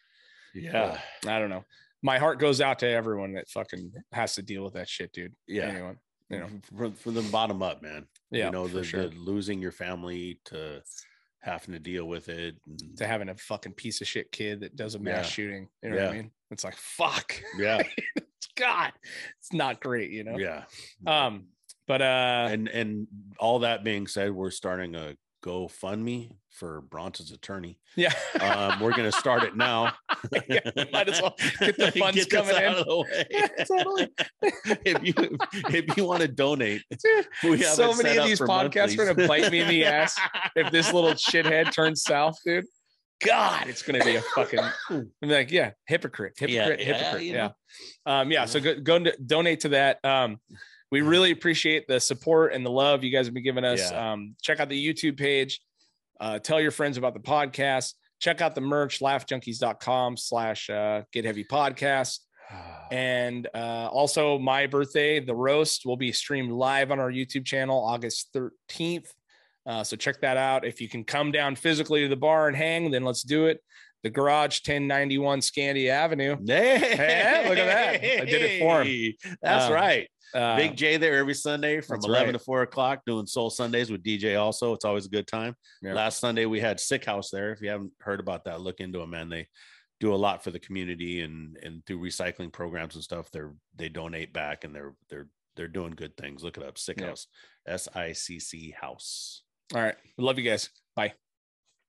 A: yeah,
B: I don't know. My heart goes out to everyone that fucking has to deal with that shit, dude.
A: yeah.
B: Anyone, you know,
A: From, from the bottom up, man.
B: yeah,
A: you know,
B: for
A: the,
B: sure.
A: the losing your family to having to deal with it. and-
B: to having a fucking piece of shit kid that does a
A: Yeah.
B: mass shooting. You know what I
A: Yeah.
B: mean? It's like fuck.
A: yeah,
B: God, it's not great, you know.
A: yeah.
B: Um, but uh,
A: and and all that being said, we're starting a GoFundMe for Bronson's attorney.
B: yeah,
A: um, we're going to start it now.
B: Yeah, might as well get the funds
A: this
B: coming
A: out
B: in.
A: of the way.
B: totally.
A: if you if you want to donate,
B: Dude,
A: we have
B: so
A: it
B: many
A: set
B: of
A: up
B: these
A: for
B: podcasts are
A: monthlies.
B: gonna bite me in the ass if this little shithead turns south, dude. God, it's gonna be a fucking. I'm like, yeah, hypocrite, hypocrite,
A: yeah,
B: hypocrite.
A: you
B: Yeah,
A: know.
B: Um, yeah. So go, go to, donate to that. Um, we really appreciate the support and the love you guys have been giving us.
A: Yeah.
B: Um, check out the YouTube page. Uh, tell your friends about the podcast. Check out the merch, laughjunkies.com slash uh, get heavy podcast. And uh, also, my birthday, the roast, will be streamed live on our YouTube channel August 13th. Uh, so check that out. If you can come down physically to the bar and hang, then let's do it. The Garage 1091 Scandia Avenue.
A: Hey,
B: Hey, look at that. I did it for
A: That's
B: Um,
A: right.
B: Uh,
A: Big J there every Sunday from
B: that's
A: 11
B: right.
A: to 4 o'clock doing Soul Sundays with DJ also. It's always a good time.
B: Yeah.
A: Last Sunday we had Sick House there. If you haven't heard about that, look into them, man. They do a lot for the community and and through recycling programs and stuff. They're they donate back and they're they're They're doing good things. Look it up. Sick
B: Yeah.
A: House. S I C C House.
B: All right. Love you guys. Bye.